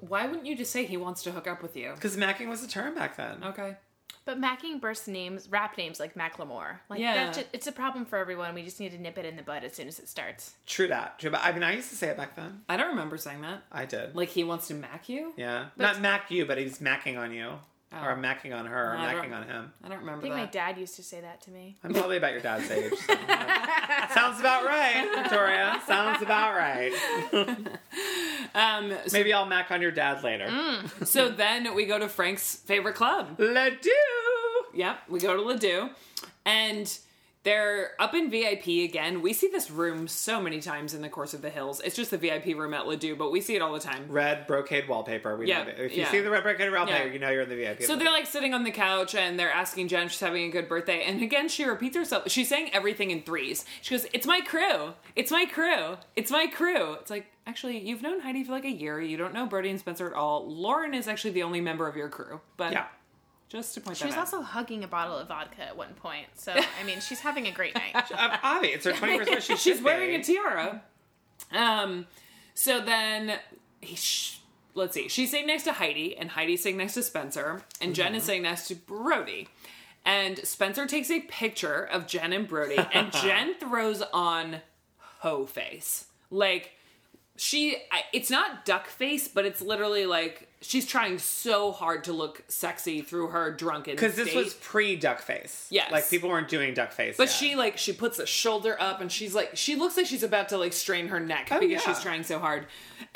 Speaker 2: Why wouldn't you just say he wants to hook up with you?
Speaker 1: because macking was a term back then.
Speaker 2: Okay.
Speaker 3: but macking bursts names, rap names like Macklemore. Like,
Speaker 2: Yeah.
Speaker 3: that's ju- it's a problem for everyone. We just need to nip it in the bud as soon as it starts.
Speaker 1: True that. True. But I mean, I used to say it back then.
Speaker 2: I don't remember saying that.
Speaker 1: I did.
Speaker 2: Like he wants to mac you?
Speaker 1: yeah. Not mac you, but he's macking on you, or macking on her, or
Speaker 2: Oh. I don't-
Speaker 1: macking on him.
Speaker 2: I don't remember
Speaker 3: I think my
Speaker 2: that.
Speaker 3: dad used to say that to me.
Speaker 1: I'm probably about your dad's age. so. Sounds about right, Victoria. Sounds about right.
Speaker 2: Um, so,
Speaker 1: Maybe I'll mac on your dad later.
Speaker 2: Mm. so then we go to Frank's favorite club.
Speaker 1: Ledoux.
Speaker 2: Yep, we go to Ledoux, and they're up in VIP again. We see this room so many times in the course of the hills. It's just the VIP room at Ledoux, but we see it all the time.
Speaker 1: Red brocade wallpaper. We
Speaker 2: Yeah,
Speaker 1: know that. If you
Speaker 2: yeah.
Speaker 1: see the red brocade wallpaper,
Speaker 2: Yeah.
Speaker 1: you know you're in the VIP.
Speaker 2: So they're like sitting on the couch and they're asking Jen, she's having a good birthday. And again, she repeats herself. She's saying everything in threes. She goes, It's my crew. It's my crew. It's my crew. It's like, actually, you've known Heidi for like a year. You don't know Brody and Spencer at all. Lauren is actually the only member of your crew. But
Speaker 1: yeah.
Speaker 2: just to point
Speaker 3: She
Speaker 2: that
Speaker 3: was
Speaker 2: out.
Speaker 3: also hugging a bottle of vodka at one point. So, I mean, she's having a great night.
Speaker 1: Uh, Avi, it's her 21st birthday. She
Speaker 2: She's
Speaker 1: should
Speaker 2: wearing
Speaker 1: be.
Speaker 2: a tiara. Um, so then, he sh- let's see. She's sitting next to Heidi, and Heidi's sitting next to Spencer, and Jen is
Speaker 1: Mm-hmm.
Speaker 2: sitting next to Brody. And Spencer takes a picture of Jen and Brody, and Jen throws on hoe face. Like, she, I- it's not duck face, but it's literally like she's trying so hard to look sexy through her drunken
Speaker 1: Because this
Speaker 2: state.
Speaker 1: was pre duck face.
Speaker 2: Yes.
Speaker 1: Like people weren't doing duck face.
Speaker 2: But she like she puts a shoulder up and she's like she looks like she's about to like strain her neck because
Speaker 1: Oh, yeah.
Speaker 2: she's trying so hard.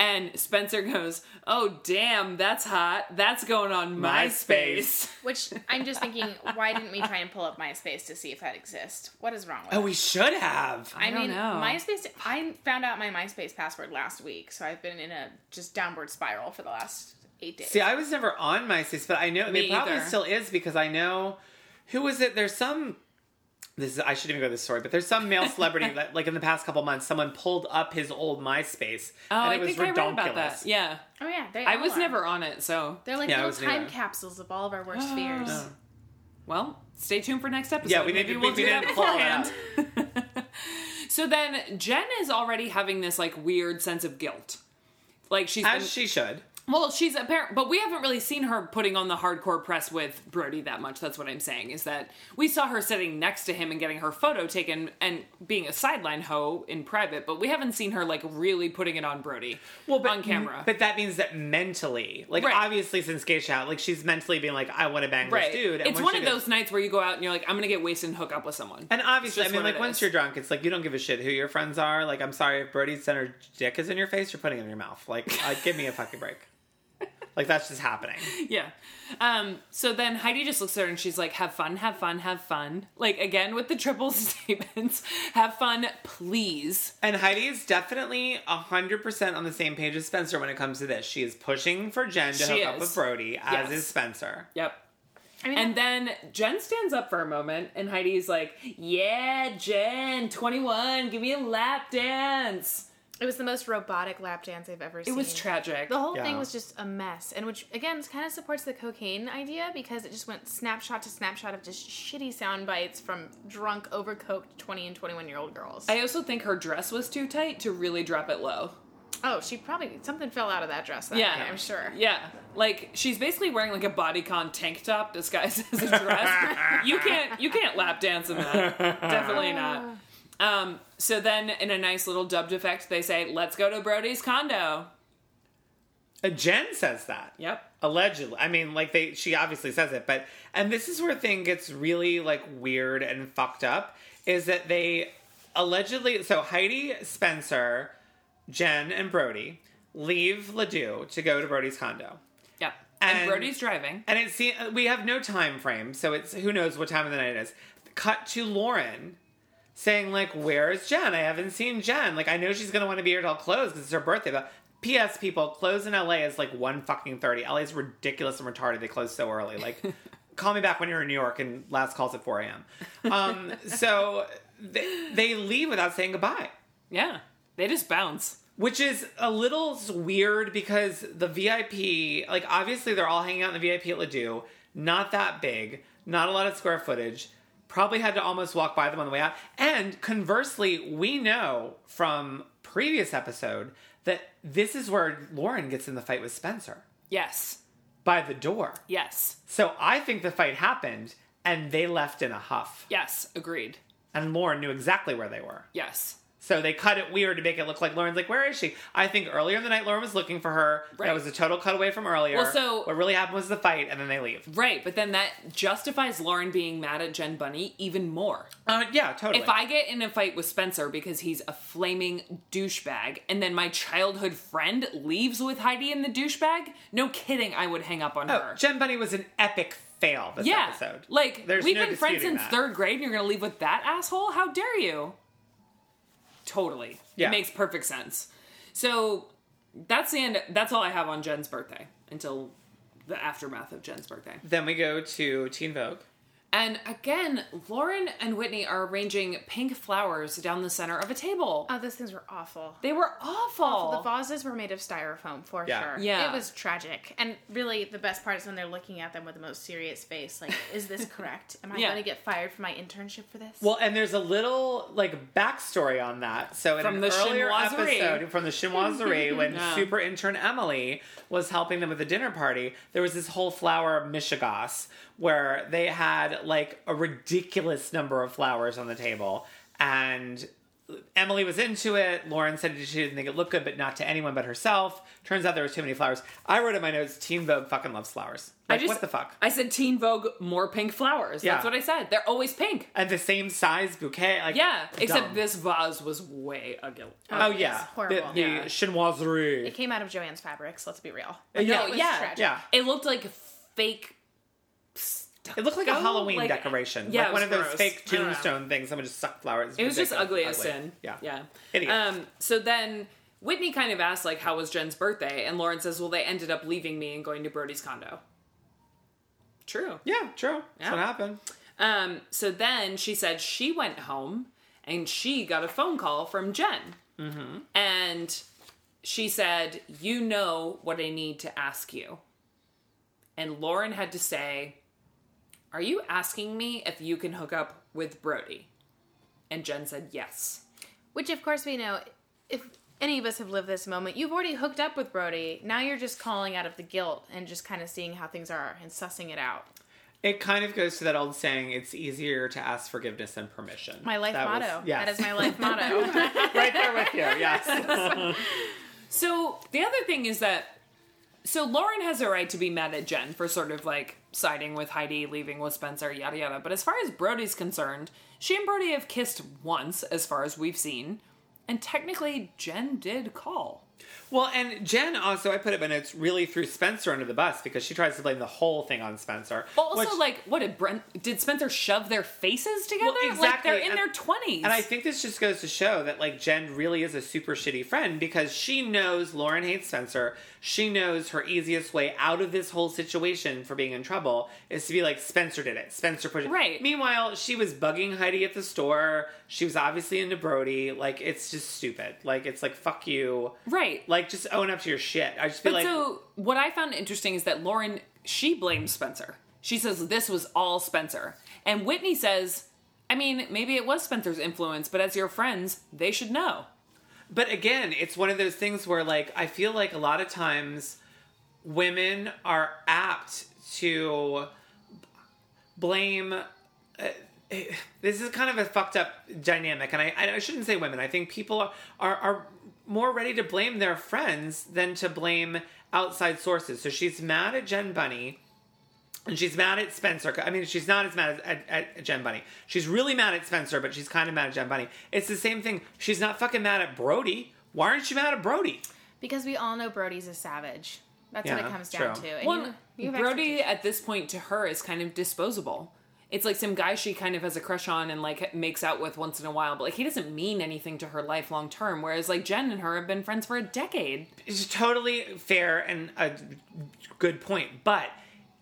Speaker 2: And Spencer goes, "Oh damn, that's hot. That's going on MySpace."
Speaker 1: MySpace.
Speaker 3: Which I'm just thinking, why didn't we try and pull up MySpace to see if that exists? What is wrong with
Speaker 1: Oh, we should have.
Speaker 3: I,
Speaker 2: don't
Speaker 3: mean,
Speaker 2: know.
Speaker 3: MySpace. I found out my MySpace password last week, so I've been in a just downward spiral for the last eight days.
Speaker 1: See, I was never on MySpace, but I know I mean,
Speaker 2: Me
Speaker 1: probably
Speaker 2: either.
Speaker 1: still is because I know who was it. There's some. This is, I shouldn't even go to this story, but there's some male celebrity that, like in the past couple months, someone pulled up his old MySpace,
Speaker 2: Oh,
Speaker 1: and
Speaker 2: I
Speaker 1: it was
Speaker 2: think I read about that.
Speaker 1: redonkulous.
Speaker 2: Yeah,
Speaker 3: oh yeah, they
Speaker 2: I
Speaker 3: all
Speaker 2: was
Speaker 3: are.
Speaker 2: never on it, so
Speaker 3: They're like
Speaker 1: Yeah, I
Speaker 3: little
Speaker 1: was
Speaker 3: time
Speaker 1: neither.
Speaker 3: capsules of all of our worst fears.
Speaker 2: Oh. well, stay tuned for next episode.
Speaker 1: Yeah, we
Speaker 2: Maybe
Speaker 1: didn't.
Speaker 2: we'll
Speaker 1: we
Speaker 2: do that
Speaker 1: didn't pull that
Speaker 2: beforehand.
Speaker 1: up.
Speaker 2: So then Jen is already having this like weird sense of guilt. Like she's been,
Speaker 1: as she should.
Speaker 2: Well, she's apparent, but we haven't really seen her putting on the hardcore press with Brody that much. That's what I'm saying is that we saw her sitting next to him and getting her photo taken and being a sideline hoe in private, but we haven't seen her like really putting it on Brody well, on camera.
Speaker 1: But that means that mentally, like
Speaker 2: Right.
Speaker 1: obviously since Geisha, out, like she's mentally being like, I want to bang
Speaker 2: right,
Speaker 1: this dude.
Speaker 2: it's
Speaker 1: once
Speaker 2: one
Speaker 1: she
Speaker 2: of
Speaker 1: goes-
Speaker 2: those nights where you go out and you're like, I'm gonna get wasted and hook up with someone.
Speaker 1: And obviously, I
Speaker 2: just
Speaker 1: mean,
Speaker 2: what
Speaker 1: like
Speaker 2: it
Speaker 1: once
Speaker 2: is.
Speaker 1: you're drunk, it's like you don't give a shit who your friends are. Like, I'm sorry if Brody's center dick is in your face, you're putting it in your mouth. Like, uh, give me a fucking break. Like that's just happening.
Speaker 2: yeah. Um, so then Heidi just looks at her and she's like, have fun, have fun, have fun. Like again with the triple statements, have fun, please.
Speaker 1: And Heidi is definitely hundred percent on the same page as Spencer when it comes to this. She is pushing for Jen to
Speaker 2: She
Speaker 1: hook up
Speaker 2: is.
Speaker 1: with Brody, as
Speaker 2: Yes.
Speaker 1: is Spencer.
Speaker 2: Yep.
Speaker 3: I mean,
Speaker 2: And then Jen stands up for a moment, and Heidi's like, "Yeah, Jen, twenty-one, give me a lap dance."
Speaker 3: it was the most robotic lap dance I've ever
Speaker 2: It
Speaker 3: seen.
Speaker 2: was tragic.
Speaker 3: The whole
Speaker 1: Yeah.
Speaker 3: thing was just a mess, and which again kind of supports the cocaine idea because it just went snapshot to snapshot of just shitty sound bites from drunk, overcoked twenty and twenty-one year old girls.
Speaker 2: I also think her dress was too tight to really drop it low.
Speaker 3: oh, she probably something fell out of that dress. That
Speaker 2: Yeah,
Speaker 3: night, I'm sure.
Speaker 2: Yeah, like she's basically wearing like a bodycon tank top disguised as a dress. you can't, you can't lap dance in that. Definitely not. Um, so then, in a nice little dubbed effect, they say, "Let's go to Brody's condo."
Speaker 1: Uh, Jen says that.
Speaker 2: Yep.
Speaker 1: allegedly i mean like they she obviously says it but and this is where thing gets really like weird and fucked up is that they allegedly so heidi spencer jen and brody leave ladue to go to brody's condo
Speaker 2: Yep. And,
Speaker 1: And-
Speaker 2: Brody's driving.
Speaker 1: and it's we have no time frame so it's who knows what time of the night it is cut to lauren saying like where is jen i haven't seen jen like i know she's gonna want to be here till close because it's her birthday but ps people close in la is like 1 fucking 30 la is ridiculous and retarded they close so early like call me back when you're in new york and last calls at 4 a.m um so they, they leave without saying goodbye
Speaker 2: Yeah, they just bounce.
Speaker 1: which is a little s- weird because the VIP, like obviously they're all hanging out in the VIP at Ladue, not that big, not a lot of square footage. Probably had to almost walk by them on the way out. And conversely, we know from previous episode that this is where Lauren gets in the fight with Spencer
Speaker 2: Yes.
Speaker 1: by the door.
Speaker 2: Yes.
Speaker 1: So I think the fight happened and they left in a huff.
Speaker 2: Yes. Agreed.
Speaker 1: And Lauren knew exactly where they were.
Speaker 2: Yes.
Speaker 1: So they cut it weird to make it look like Lauren's like, where is she? I think earlier in the night Lauren was looking for her.
Speaker 2: Right.
Speaker 1: That was a total cutaway from earlier.
Speaker 2: Well, so-
Speaker 1: what really happened was the fight, and then they leave.
Speaker 2: Right, but then that justifies Lauren being mad at Jen Bunny even more.
Speaker 1: Uh, yeah, totally.
Speaker 2: If I get in a fight with Spencer because he's a flaming douchebag, and then my childhood friend leaves with Heidi and the douchebag, no kidding, I would hang up on
Speaker 1: oh,
Speaker 2: her.
Speaker 1: Jen Bunny was an epic fail this
Speaker 2: yeah,
Speaker 1: episode.
Speaker 2: like
Speaker 1: There's
Speaker 2: we've
Speaker 1: no
Speaker 2: been friends
Speaker 1: disputing
Speaker 2: since
Speaker 1: that.
Speaker 2: third grade, and you're gonna leave with that asshole? How dare you? Totally,
Speaker 1: Yeah.
Speaker 2: it makes perfect sense. So that's the end. That's all I have on Jen's birthday until the aftermath of Jen's birthday.
Speaker 1: Then we go to Teen Vogue.
Speaker 2: And again, Lauren and Whitney are arranging pink flowers down the center of a table.
Speaker 3: Oh, those things were awful.
Speaker 2: they were awful.
Speaker 3: The vases were made of styrofoam for
Speaker 1: Yeah.
Speaker 3: sure.
Speaker 2: Yeah.
Speaker 3: It was tragic. And really, the best part is when they're looking at them with the most serious face like, is this correct? Am I
Speaker 2: Yeah.
Speaker 3: going to get fired for my internship for this?
Speaker 1: Well, and there's a little like backstory on that. So in
Speaker 2: From
Speaker 1: an
Speaker 2: the
Speaker 1: earlier
Speaker 2: chinoiserie.
Speaker 1: episode from the chinoiserie, when
Speaker 2: Yeah.
Speaker 1: super intern Emily was helping them with the dinner party, there was this whole flower mishigas where they had like a ridiculous number of flowers on the table, and Emily was into it. Lauren said she didn't think it looked good, but not to anyone but herself. Turns out there was too many flowers. I wrote in my notes, Teen Vogue fucking loves flowers. Like, what the fuck?
Speaker 2: I said Teen Vogue, more pink flowers.
Speaker 1: Yeah.
Speaker 2: That's what I said. They're always pink.
Speaker 1: and the same size bouquet. Like,
Speaker 2: Yeah, except
Speaker 1: dumb.
Speaker 2: this vase was way ugly.
Speaker 1: Oh
Speaker 3: It was
Speaker 1: yeah, The,
Speaker 3: horrible.
Speaker 1: the
Speaker 2: Yeah.
Speaker 1: chinoiserie.
Speaker 3: it came out of Joanne's fabrics, let's be real.
Speaker 1: yeah,
Speaker 2: No,
Speaker 3: it was
Speaker 2: yeah,
Speaker 3: tragic.
Speaker 1: yeah.
Speaker 2: It looked like fake. stuff.
Speaker 1: It looked like a
Speaker 2: Oh,
Speaker 1: Halloween
Speaker 2: like-
Speaker 1: decoration,
Speaker 2: yeah,
Speaker 1: like
Speaker 2: it
Speaker 1: one
Speaker 2: was
Speaker 1: of those
Speaker 2: gross.
Speaker 1: fake
Speaker 2: I don't know.
Speaker 1: tombstone things. Someone just sucked flowers.
Speaker 2: It was just ugly
Speaker 1: ridiculous.
Speaker 2: as sin.
Speaker 1: Yeah,
Speaker 2: yeah.
Speaker 1: Idiot.
Speaker 2: Um, so then Whitney kind of asks like, "How was Jen's birthday?" And Lauren says, "Well, they ended up leaving me and going to Brody's condo." True.
Speaker 1: yeah, true. That's
Speaker 2: Yeah.
Speaker 1: what happened.
Speaker 2: Um, so then she said she went home and she got a phone call from Jen. Mm-hmm. And she said, You know what I need to ask you. And Lauren had to say, Are you asking me if you can hook up with Brody? And Jen said, Yes.
Speaker 3: Which, of course, we know if any of us have lived this moment. You've already hooked up with Brody. Now you're just calling out of the guilt and just kind of seeing how things are and sussing it out.
Speaker 1: It kind of goes to that old saying: "It's easier to ask forgiveness than permission."
Speaker 3: My life
Speaker 1: That was-
Speaker 3: motto.
Speaker 1: yes.
Speaker 3: That is my life motto.
Speaker 1: right there with you. Yes.
Speaker 2: So the other thing is that so Lauren has a right to be mad at Jen for sort of like siding with Heidi, leaving with Spencer, yada yada. But as far as Brody's concerned, she and Brody have kissed once, as far as we've seen, and technically Jen did call.
Speaker 1: Well, and Jen also, I put it in my notes, really threw Spencer under the bus because she tries to blame the whole thing on Spencer.
Speaker 2: But also,
Speaker 1: which-
Speaker 2: like, what did Brent? Did Spencer shove their faces together? Like
Speaker 1: exactly,
Speaker 2: they're in
Speaker 1: and-
Speaker 2: their twenties.
Speaker 1: And I think this just goes to show that like Jen really is a super shitty friend because she knows Lauren hates Spencer. She knows her easiest way out of this whole situation for being in trouble is to be like Spencer did it. Spencer pushed it.
Speaker 2: Right.
Speaker 1: Meanwhile, she was bugging Heidi at the store. She was obviously into Brody. Like it's just stupid. Like it's like fuck you.
Speaker 2: right.
Speaker 1: Like just own up to your shit. I just feel
Speaker 2: But
Speaker 1: like
Speaker 2: so what I found interesting is that Lauren she blames Spencer. She says this was all Spencer, and Whitney says, "I mean, maybe it was Spencer's influence, but as your friends, they should know."
Speaker 1: But again, it's one of those things where like I feel like a lot of times women are apt to blame uh, this is kind of a fucked up dynamic and i, I shouldn't say women i think people are, are are more ready to blame their friends than to blame outside sources so she's mad at jen bunny and she's mad at spencer i mean she's not as mad as, at, at jen bunny she's really mad at spencer but she's kind of mad at jen bunny it's the same thing she's not fucking mad at brody why aren't you mad at brody
Speaker 3: because we all know Brody's a savage. That's what
Speaker 1: Yeah,
Speaker 3: it comes down
Speaker 1: true.
Speaker 3: to. And
Speaker 2: Well,
Speaker 3: you- you have
Speaker 2: Brody
Speaker 3: expectations.
Speaker 2: at this point to her is kind of disposable. It's like some guy she kind of has a crush on and like makes out with once in a while, but like he doesn't mean anything to her life long term. Whereas like Jen and her have been friends for a decade.
Speaker 1: it's totally fair and a good point. But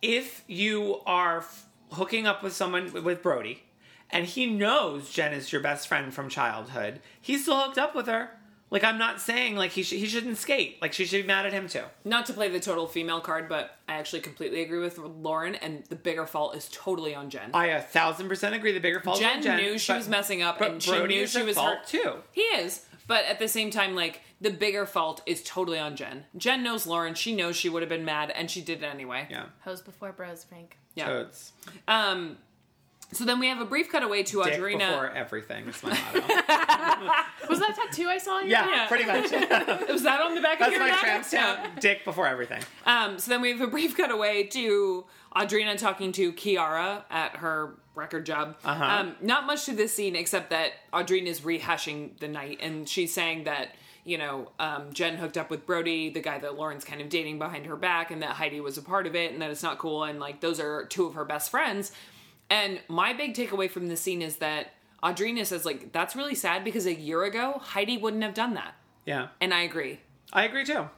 Speaker 1: if you are f- hooking up with someone with Brody, and he knows Jen is your best friend from childhood, he's still hooked up with her. Like I'm not saying like he sh- he shouldn't skate. Like she should be mad at him too.
Speaker 2: Not to play the total female card, but I actually completely agree with Lauren, and the bigger fault is totally on Jen.
Speaker 1: I a thousand percent agree. The bigger fault. is
Speaker 2: Jen,
Speaker 1: on Jen
Speaker 2: knew she
Speaker 1: but-
Speaker 2: was messing up,
Speaker 1: but
Speaker 2: and
Speaker 1: Brody
Speaker 2: she knew
Speaker 1: is
Speaker 2: she
Speaker 1: at
Speaker 2: was
Speaker 1: fault
Speaker 2: hurt
Speaker 1: too.
Speaker 2: He is, but at the same time, like the bigger fault is totally on Jen. Jen knows Lauren; she knows she would have been mad, and she did it anyway.
Speaker 1: Yeah.
Speaker 3: Hoes before bros, Frank.
Speaker 2: Yeah.
Speaker 1: Toads.
Speaker 2: Um. So then we have a brief cutaway to
Speaker 1: Dick
Speaker 2: Audrina.
Speaker 1: before everything is my motto.
Speaker 3: Was that tattoo I saw? on your
Speaker 1: yeah,
Speaker 2: Yeah.
Speaker 1: pretty much. That's
Speaker 2: Was that on the back of your
Speaker 1: my
Speaker 2: neck?
Speaker 1: tramp
Speaker 2: Yeah.
Speaker 1: stamp. Dick before everything.
Speaker 2: Um, so then we have a brief cutaway to Audrina talking to Kiara at her record job.
Speaker 1: Uh-huh.
Speaker 2: Um, not much to this scene except that Audrina is rehashing the night and she's saying that, you know, um, Jen hooked up with Brody, the guy that Lauren's kind of dating behind her back, and that Heidi was a part of it and that it's not cool. And like, those are two of her best friends. And my big takeaway from this scene is that Audrina says, like, that's really sad because a year ago, Heidi wouldn't have done that.
Speaker 1: Yeah,
Speaker 2: And I agree
Speaker 1: I agree too.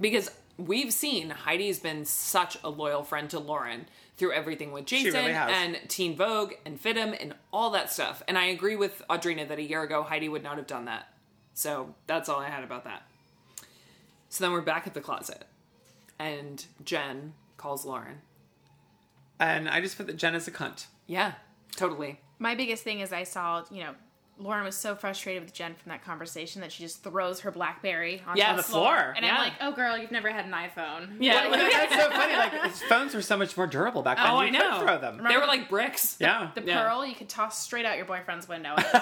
Speaker 2: because we've seen Heidi's been such a loyal friend to Lauren through everything with Jason
Speaker 1: really has.
Speaker 2: and Teen Vogue and Fitum and all that stuff. And I agree with Audrina that a year ago Heidi would not have done that. So that's all I had about that. So then we're back at the closet, and Jen calls Lauren.
Speaker 1: And I just put that Jen is a cunt.
Speaker 2: Yeah, totally.
Speaker 3: My biggest thing is I saw, you know, Lauren was so frustrated with Jen from that conversation that she just throws her BlackBerry onto
Speaker 2: Yes.
Speaker 1: On the floor.
Speaker 3: And
Speaker 2: Yeah.
Speaker 3: I'm like, oh girl, you've never had an iPhone.
Speaker 2: Yeah,
Speaker 1: Like, that's so funny. Like his phones were so much more durable back then.
Speaker 2: oh,
Speaker 1: you
Speaker 2: I know.
Speaker 1: Could throw them.
Speaker 2: They were like bricks.
Speaker 1: Yeah.
Speaker 3: The
Speaker 2: Yeah.
Speaker 3: pearl you could toss straight out your boyfriend's window.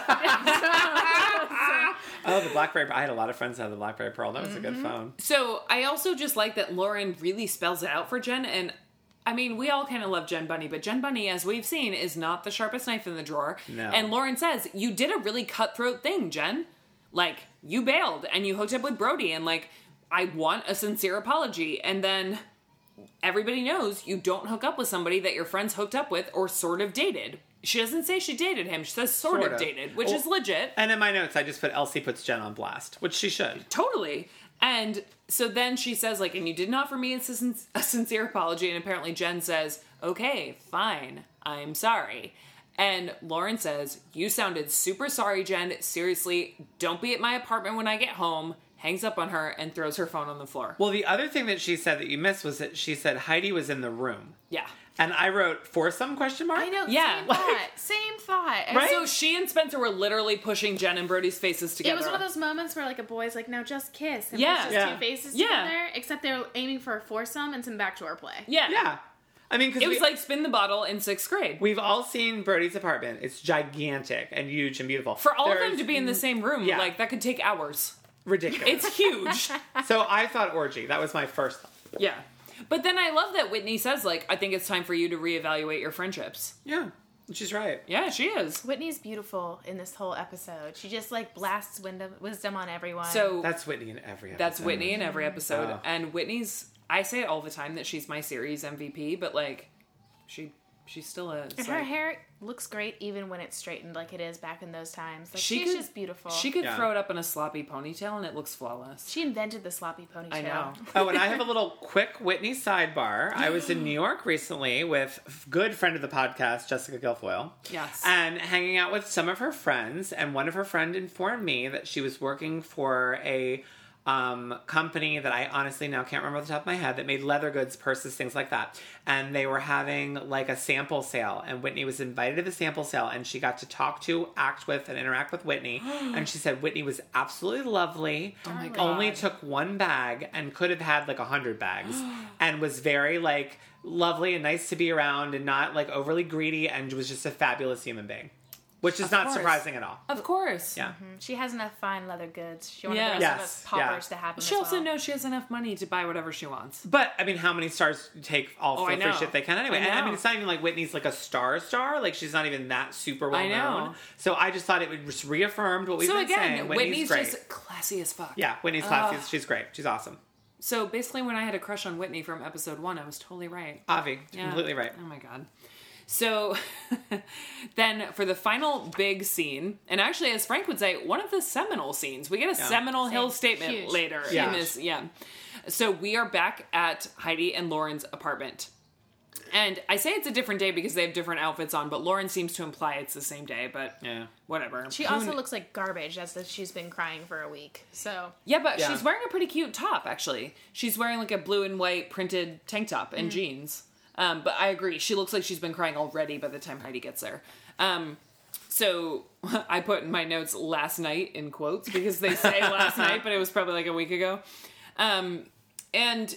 Speaker 3: So-
Speaker 1: Oh, the BlackBerry. I had a lot of friends that had the BlackBerry Pearl. That was a good phone.
Speaker 2: So I also just like that Lauren really spells it out for Jen. And I mean, we all kind of love Jen Bunny, but Jen Bunny, as we've seen, is not the sharpest knife in the drawer.
Speaker 1: No.
Speaker 2: And Lauren says, You did a really cutthroat thing, Jen. Like, you bailed and you hooked up with Brody. And like, I want a sincere apology. And then everybody knows you don't hook up with somebody that your friends hooked up with or sort of dated. She doesn't say she dated him. She says sort,
Speaker 1: Sort
Speaker 2: of,
Speaker 1: of.
Speaker 2: dated, which
Speaker 1: Well-
Speaker 2: is legit.
Speaker 1: And in my notes, I just put Elsie puts Jen on blast, which she should.
Speaker 2: Totally. And so then she says, like, and you didn't offer me a, sin- a sincere apology. And apparently Jen says, okay, fine, I'm sorry. And Lauren says, you sounded super sorry, Jen. Seriously, don't be at my apartment when I get home. Hangs up on her and throws her phone on the floor.
Speaker 1: Well, the other thing that she said that you missed was that she said Heidi was in the room.
Speaker 2: yeah.
Speaker 1: And I wrote foursome question mark.
Speaker 3: I know.
Speaker 2: Yeah.
Speaker 3: Same thought. Same thought. And
Speaker 1: Right?
Speaker 2: So she and Spencer were literally pushing Jen and Brody's faces
Speaker 3: It
Speaker 2: together.
Speaker 3: was one of those moments where like a boy's like, now just kiss. And
Speaker 2: Yeah.
Speaker 3: it's just
Speaker 1: Yeah.
Speaker 3: two faces
Speaker 2: Yeah.
Speaker 3: together. Except they're aiming for a foursome and some backdoor play.
Speaker 2: yeah.
Speaker 1: Yeah. I mean, because
Speaker 2: It was like spin the bottle in sixth grade.
Speaker 1: we've all seen Brody's apartment. It's gigantic and huge and beautiful.
Speaker 2: For all of them
Speaker 1: There's-
Speaker 2: to be in the same room,
Speaker 1: Yeah.
Speaker 2: like that could take hours.
Speaker 1: ridiculous.
Speaker 2: It's huge.
Speaker 1: so I thought orgy. That was my first. thought.
Speaker 2: yeah. But then I love that Whitney says, like, I think it's time for you to reevaluate your friendships.
Speaker 1: Yeah, she's right.
Speaker 2: Yeah, she is.
Speaker 3: Whitney's beautiful in this whole episode. She just like blasts windom- wisdom on everyone.
Speaker 2: So
Speaker 1: That's Whitney in every. Episode.
Speaker 2: That's Whitney in every episode.
Speaker 1: Oh.
Speaker 2: And Whitney's I say it all the time that she's my series MVP, but like she she still is.
Speaker 3: and her
Speaker 2: like,
Speaker 3: hair looks great even when it's straightened like it is back in those times. Like
Speaker 2: She
Speaker 3: she's
Speaker 2: could-
Speaker 3: just beautiful.
Speaker 2: She could
Speaker 1: Yeah.
Speaker 2: throw it up in a sloppy ponytail and it looks flawless.
Speaker 3: She invented the sloppy ponytail.
Speaker 2: I know.
Speaker 1: Oh, and I have a little quick Whitney sidebar. I was in New York recently with f- good friend of the podcast, Jessica Guilfoyle.
Speaker 2: Yes.
Speaker 1: And hanging out with some of her friends, and one of her friend informed me that she was working for a um, company that I honestly now can't remember off the top of my head that made leather goods, purses, things like that. And they were having like a sample sale, and Whitney was invited to the sample sale, and she got to talk to, act with, and interact with Whitney. and she said Whitney was absolutely lovely. Oh
Speaker 2: my
Speaker 1: Only
Speaker 2: God.
Speaker 1: took one bag and could have had like a hundred bags, and was very like lovely and nice to be around, and not like overly greedy, and was just a fabulous human being, which is not
Speaker 2: course. Mm-hmm.
Speaker 1: surprising at all.
Speaker 2: Of course.
Speaker 1: Yeah.
Speaker 3: Mm, She has enough fine leather goods. She wanted
Speaker 2: Yeah.
Speaker 3: the rest
Speaker 1: Yes,
Speaker 3: of us
Speaker 1: yeah.
Speaker 3: paupers to have them.
Speaker 2: She
Speaker 3: as
Speaker 2: also
Speaker 3: well.
Speaker 2: knows she has enough money to buy whatever she wants.
Speaker 1: But I mean, how many stars take all
Speaker 2: Oh, I
Speaker 1: for free
Speaker 2: know.
Speaker 1: shit they can anyway?
Speaker 2: I
Speaker 1: and I
Speaker 2: know.
Speaker 1: mean, it's not even like Whitney's like a star star. Like she's not even that super well
Speaker 2: I know.
Speaker 1: known. So I just thought it would just reaffirmed what we've
Speaker 2: so
Speaker 1: been
Speaker 2: again,
Speaker 1: saying.
Speaker 2: Whitney's,
Speaker 1: Whitney's, great.
Speaker 2: just classy as fuck.
Speaker 1: Yeah, Whitney's classy. she's great. She's awesome.
Speaker 2: So basically when I had a crush on Whitney from episode one, I was totally right.
Speaker 1: Avi,
Speaker 2: Yeah.
Speaker 1: completely right.
Speaker 2: Oh my god. So then for the final big scene, and actually as Frank would say, one of the seminal scenes. We get a Seminole Hill statement
Speaker 3: Huge.
Speaker 2: later
Speaker 1: Yeah.
Speaker 2: in this, yeah. So we are back at Heidi and Lauren's apartment. And I say it's a different day because they have different outfits on, but Lauren seems to imply it's the same day, but
Speaker 1: Yeah.
Speaker 2: whatever.
Speaker 3: She also looks like garbage as if she's been crying for a week. So
Speaker 2: Yeah, but
Speaker 1: Yeah.
Speaker 2: she's wearing a pretty cute top, actually. She's wearing like a blue and white printed tank top and jeans. Um, but I agree. She looks like she's been crying already by the time Heidi gets there. Um, so I put in my notes last night in quotes because they say last night, but it was probably like a week ago. Um, and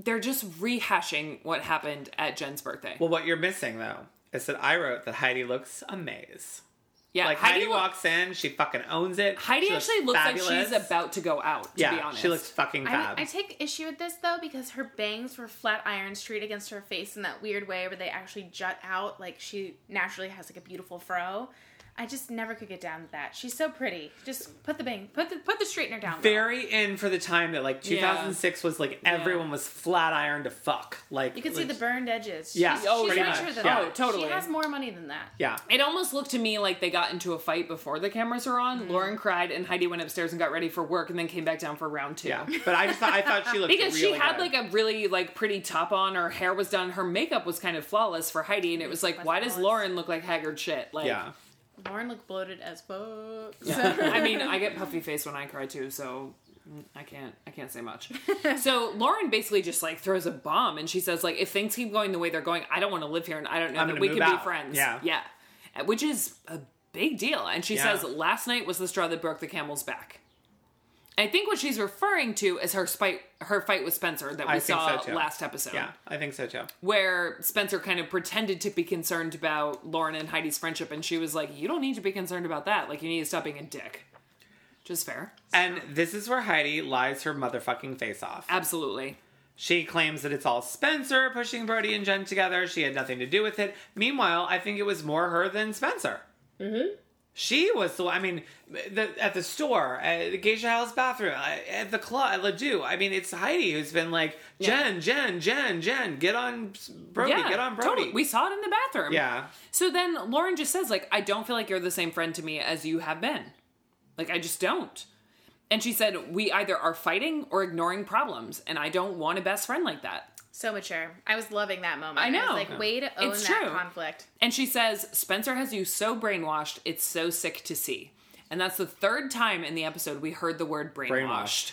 Speaker 2: they're just rehashing what happened at Jen's birthday.
Speaker 1: Well, what you're missing though is that I wrote that Heidi looks a maze.
Speaker 2: yeah,
Speaker 1: Like Heidi,
Speaker 2: loo-
Speaker 1: walks in, she fucking owns it.
Speaker 2: Heidi
Speaker 1: She
Speaker 2: actually looks like
Speaker 1: fabulous.
Speaker 2: she's about to go out. To
Speaker 1: Yeah,
Speaker 2: be honest,
Speaker 1: she looks fucking
Speaker 3: I,
Speaker 1: fab.
Speaker 3: I take issue with this though because her bangs were flat iron straight against her face in that weird way where they actually jut out like she naturally has like a beautiful fro. I just never could get down with that. She's so pretty. Just put the bang, put the put the straightener down. girl.
Speaker 1: very in for the time that like 2006 was like everyone was flat iron to fuck. Like
Speaker 3: You can see the burned edges.
Speaker 1: Yeah,
Speaker 3: she's,
Speaker 1: oh,
Speaker 3: she's
Speaker 1: pretty
Speaker 3: richer
Speaker 1: much,
Speaker 3: than
Speaker 1: yeah.
Speaker 3: that.
Speaker 1: Oh,
Speaker 2: totally.
Speaker 3: She has more money than that.
Speaker 1: Yeah,
Speaker 2: It almost looked to me like they got into a fight before the cameras were on. Lauren cried, and Heidi went upstairs and got ready for work, and then came back down for round two.
Speaker 1: yeah. But I just thought I thought she looked
Speaker 2: Because she
Speaker 1: really
Speaker 2: had
Speaker 1: good.
Speaker 2: like a really like pretty top on, her hair was done, her makeup was kind of flawless for Heidi, and it was like, why does
Speaker 3: flawless.
Speaker 2: Lauren look like haggard shit? Like,
Speaker 1: yeah.
Speaker 3: Lauren looked bloated as fuck.
Speaker 2: I mean, I get puffy face when I cry too, so mm, I can't I can't say much. so Lauren basically just like throws a bomb and she says like if things keep going the way they're going, I don't want to live here and I don't know
Speaker 1: I'm
Speaker 2: that
Speaker 1: gonna
Speaker 2: we
Speaker 1: move
Speaker 2: can be
Speaker 1: out."
Speaker 2: friends.
Speaker 1: Yeah.
Speaker 2: Yeah. Uh, Which is a big deal. And she
Speaker 1: Yeah.
Speaker 2: says last night was the straw that broke the camel's back. I think what she's referring to is her spite her fight with Spencer that we
Speaker 1: I think
Speaker 2: saw
Speaker 1: so, too.
Speaker 2: last episode
Speaker 1: Yeah, I think so too.
Speaker 2: where Spencer kind of pretended to be concerned about Lauren and Heidi's friendship, and she was like, "You don't need to be concerned about that. Like, you need to stop being a dick." Which is fair,
Speaker 1: And this is where Heidi lies her motherfucking face off.
Speaker 2: absolutely.
Speaker 1: She claims that it's all Spencer pushing Brody and Jen together. She had nothing to do with it. Meanwhile, I think it was more her than Spencer. Mm-hmm. She was the. I mean, the, at the store, at the Geisha House bathroom, at the club, at Ledoux. I mean, it's Heidi who's been like, Jen, Jen, Jen, Jen, get on Brody,
Speaker 2: yeah,
Speaker 1: get on Brody.
Speaker 2: totally. We saw it in the bathroom.
Speaker 1: yeah,
Speaker 2: So then Lauren just says, "Like, I don't feel like you're the same friend to me as you have been. Like, I just don't." And she said, "We either are fighting or ignoring problems, and I don't want a best friend like that."
Speaker 3: So mature. I was loving that moment.
Speaker 2: I know.
Speaker 3: was like, way to own
Speaker 2: It's
Speaker 3: that
Speaker 2: true.
Speaker 3: conflict.
Speaker 2: And she says, Spencer has you so brainwashed, it's so sick to see. And that's the third time in the episode we heard the word brainwashed.
Speaker 1: Brainwashed.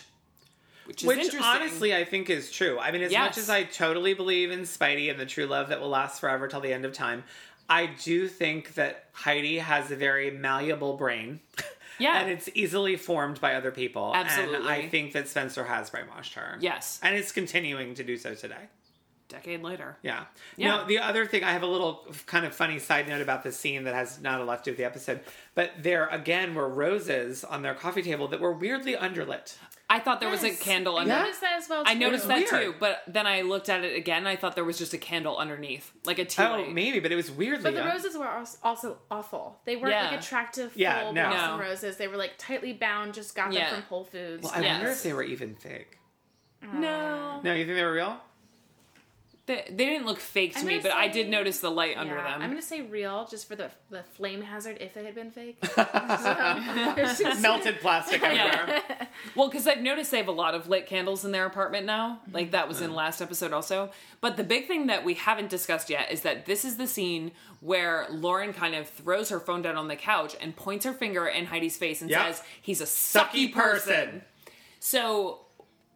Speaker 2: which is
Speaker 1: Which
Speaker 2: interesting.
Speaker 1: honestly, I think is true. I mean, as
Speaker 2: Yes.
Speaker 1: much as I totally believe in Spidey and the true love that will last forever till the end of time, I do think that Heidi has a very malleable brain.
Speaker 2: Yeah.
Speaker 1: and it's easily formed by other people. And
Speaker 2: Absolutely.
Speaker 1: I think that Spencer has brainwashed her.
Speaker 2: Yes.
Speaker 1: And it's continuing to do so today.
Speaker 2: decade later.
Speaker 1: Yeah.
Speaker 2: Yeah.
Speaker 1: Now, the other thing, I have a little kind of funny side note about this scene that has not a lot to do with the episode, but there again were roses on their coffee table that were weirdly underlit.
Speaker 2: I thought there was a
Speaker 3: Yes.
Speaker 2: candle
Speaker 3: I
Speaker 2: under.
Speaker 3: noticed that as well.
Speaker 2: I noticed
Speaker 3: too.
Speaker 2: that
Speaker 1: Weird.
Speaker 2: too, but then I looked at it again. I thought there was just a candle underneath, like a tea
Speaker 1: Oh,
Speaker 2: light.
Speaker 1: maybe, but it was weirdly.
Speaker 3: But the
Speaker 1: un-
Speaker 3: roses were als- also awful. They weren't
Speaker 2: Yeah.
Speaker 3: like attractive full
Speaker 1: Yeah, no.
Speaker 2: No.
Speaker 3: blossom roses. They were like tightly bound, just got
Speaker 2: Yeah.
Speaker 3: them from Whole Foods.
Speaker 1: Well, I wonder
Speaker 2: Yes.
Speaker 1: if they were even fake.
Speaker 2: No,
Speaker 1: No, you think they were real?
Speaker 2: they, they didn't look fake to
Speaker 3: I'm
Speaker 2: me,
Speaker 3: gonna
Speaker 2: but I
Speaker 3: say-
Speaker 2: did notice the light under
Speaker 3: Yeah,
Speaker 2: them.
Speaker 3: I'm gonna say real, just for the the flame hazard. If they had been fake, So-
Speaker 1: Melted plastic everywhere.
Speaker 2: Well, because I've noticed they have a lot of lit candles in their apartment now. Like that was in last episode also. But the big thing that we haven't discussed yet is that this is the scene where Lauren kind of throws her phone down on the couch and points her finger in Heidi's face and
Speaker 1: Yep.
Speaker 2: says, "He's a sucky,
Speaker 1: Sucky
Speaker 2: person.
Speaker 1: person.
Speaker 2: So,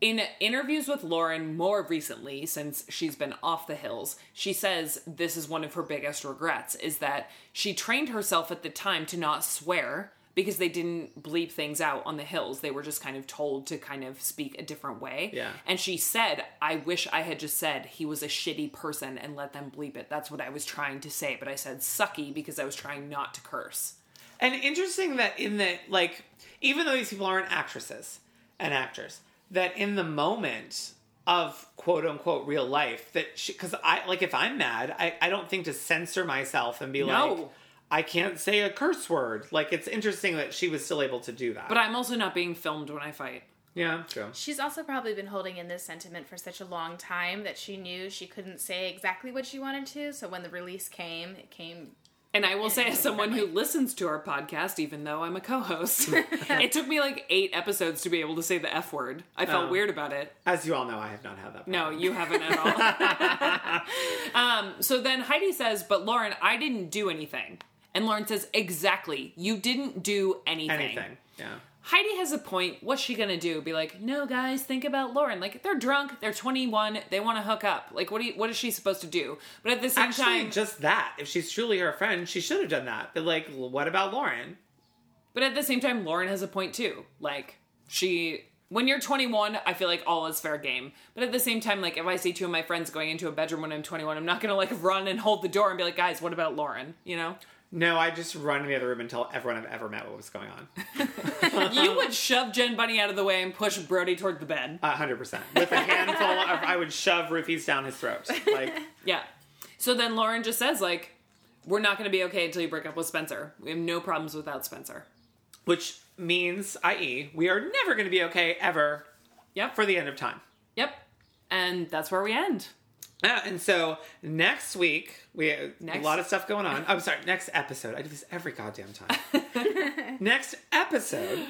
Speaker 2: in interviews with Lauren more recently, since she's been off the hills, she says this is one of her biggest regrets is that she trained herself at the time to not swear because they didn't bleep things out on the hills. They were just kind of told to kind of speak a different way.
Speaker 1: Yeah.
Speaker 2: And she said, I wish I had just said he was a shitty person and let them bleep it. That's what I was trying to say, but I said sucky because I was trying not to curse.
Speaker 1: And interesting that in the like, even though these people aren't actresses and actors, that in the moment of quote unquote real life, that because I like if I'm mad, I, I don't think to censor myself and be
Speaker 2: No.
Speaker 1: like, I can't say a curse word. Like it's interesting that she was still able to do that.
Speaker 2: But I'm also not being filmed when I fight.
Speaker 1: yeah, true.
Speaker 3: She's also probably been holding in this sentiment for such a long time that she knew she couldn't say exactly what she wanted to. So when the release came, it came.
Speaker 2: And I will say, as someone who listens to our podcast, even though I'm a co host, it took me like eight episodes to be able to say the F word. I felt
Speaker 1: Oh.
Speaker 2: weird about it.
Speaker 1: As you all know, I have not had that.
Speaker 2: No,
Speaker 1: problem.
Speaker 2: you haven't at all. um, so then Heidi says, But Lauren, I didn't do anything. And Lauren says, Exactly. You didn't do anything.
Speaker 1: anything. Yeah.
Speaker 2: Heidi has a point. What's she going to do? Be like, No, guys, think about Lauren. Like, they're drunk. They're 21. They want to hook up. Like, what, do you, what is she supposed to do? But at the same
Speaker 1: Actually,
Speaker 2: time,
Speaker 1: just that. If she's truly her friend, she should have done that. But like, l- what about Lauren?
Speaker 2: But at the same time, Lauren has a point too. Like, she, when you're 21, I feel like all is fair game. But at the same time, like, if I see two of my friends going into a bedroom when I'm 21, I'm not gonna like run and hold the door and be like, guys, what about Lauren? You know?
Speaker 1: No, I just run in the other room and tell everyone I've ever met what was going on.
Speaker 2: you would shove Jen Bunny out of the way and push Brody toward the bed.
Speaker 1: A hundred percent. With a handful of, I would shove roofies down his throat. Like,
Speaker 2: Yeah. So then Lauren just says, like, we're not gonna be okay until you break up with Spencer. We have no problems without Spencer.
Speaker 1: which means, i.e., we are never going to be okay ever
Speaker 2: Yep.
Speaker 1: for the end of time.
Speaker 2: yep. And that's where we end.
Speaker 1: Uh, and so next week we a
Speaker 2: Next-
Speaker 1: lot of stuff going on. Oh, I'm sorry, next episode. I do this every goddamn time. next episode,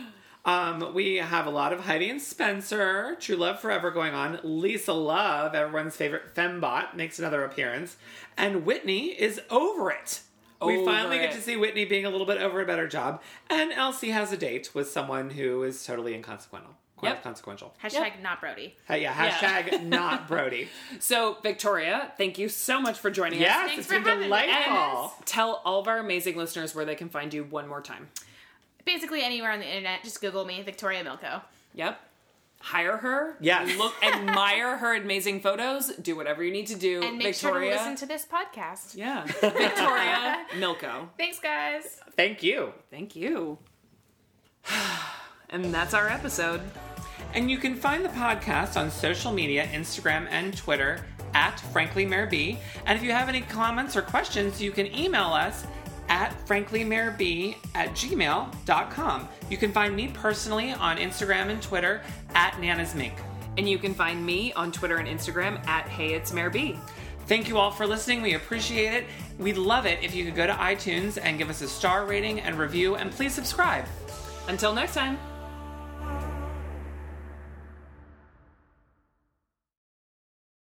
Speaker 1: um, we have a lot of Heidi and Spencer, True Love Forever going on. Lisa Love, everyone's favorite fembot, makes another appearance, and Whitney is over it. we
Speaker 2: Over
Speaker 1: finally get
Speaker 2: it.
Speaker 1: to see Whitney being a little bit over a better job, and Elsie has a date with someone who is totally inconsequential.
Speaker 2: Yep.
Speaker 1: Consequential.
Speaker 3: Hashtag not Brody.
Speaker 1: Hey, yeah.
Speaker 2: Yeah.
Speaker 1: Hashtag not Brody.
Speaker 2: So, Victoria, thank you so much for joining us.
Speaker 1: Yes,
Speaker 3: Thanks
Speaker 1: it's
Speaker 3: for
Speaker 1: been
Speaker 3: having me,
Speaker 1: delightful.
Speaker 3: guys.
Speaker 2: tell all of our amazing listeners where they can find you one more time.
Speaker 3: Basically, anywhere on the internet, just Google me, Victoria Milko.
Speaker 2: Yep. Hire her.
Speaker 1: Yes.
Speaker 2: Look, admire her amazing photos. Do whatever you need to do.
Speaker 3: And make
Speaker 2: Victoria.
Speaker 3: sure to listen to this podcast.
Speaker 2: yeah. Victoria Milko.
Speaker 3: Thanks, guys.
Speaker 1: Thank you.
Speaker 2: Thank you. And that's our episode.
Speaker 1: And you can find the podcast on social media, Instagram and Twitter at Frankly Mayor B. And if you have any comments or questions, you can email us at franklymayorb at gmail.com. You can find me personally on Instagram and Twitter at Nana's Mink.
Speaker 2: And you can find me on Twitter and Instagram at Hey It's Mayor B.
Speaker 1: Thank you all for listening. We appreciate it. We'd love it if you could go to iTunes and give us a star rating and review, and please subscribe.
Speaker 2: Until next time.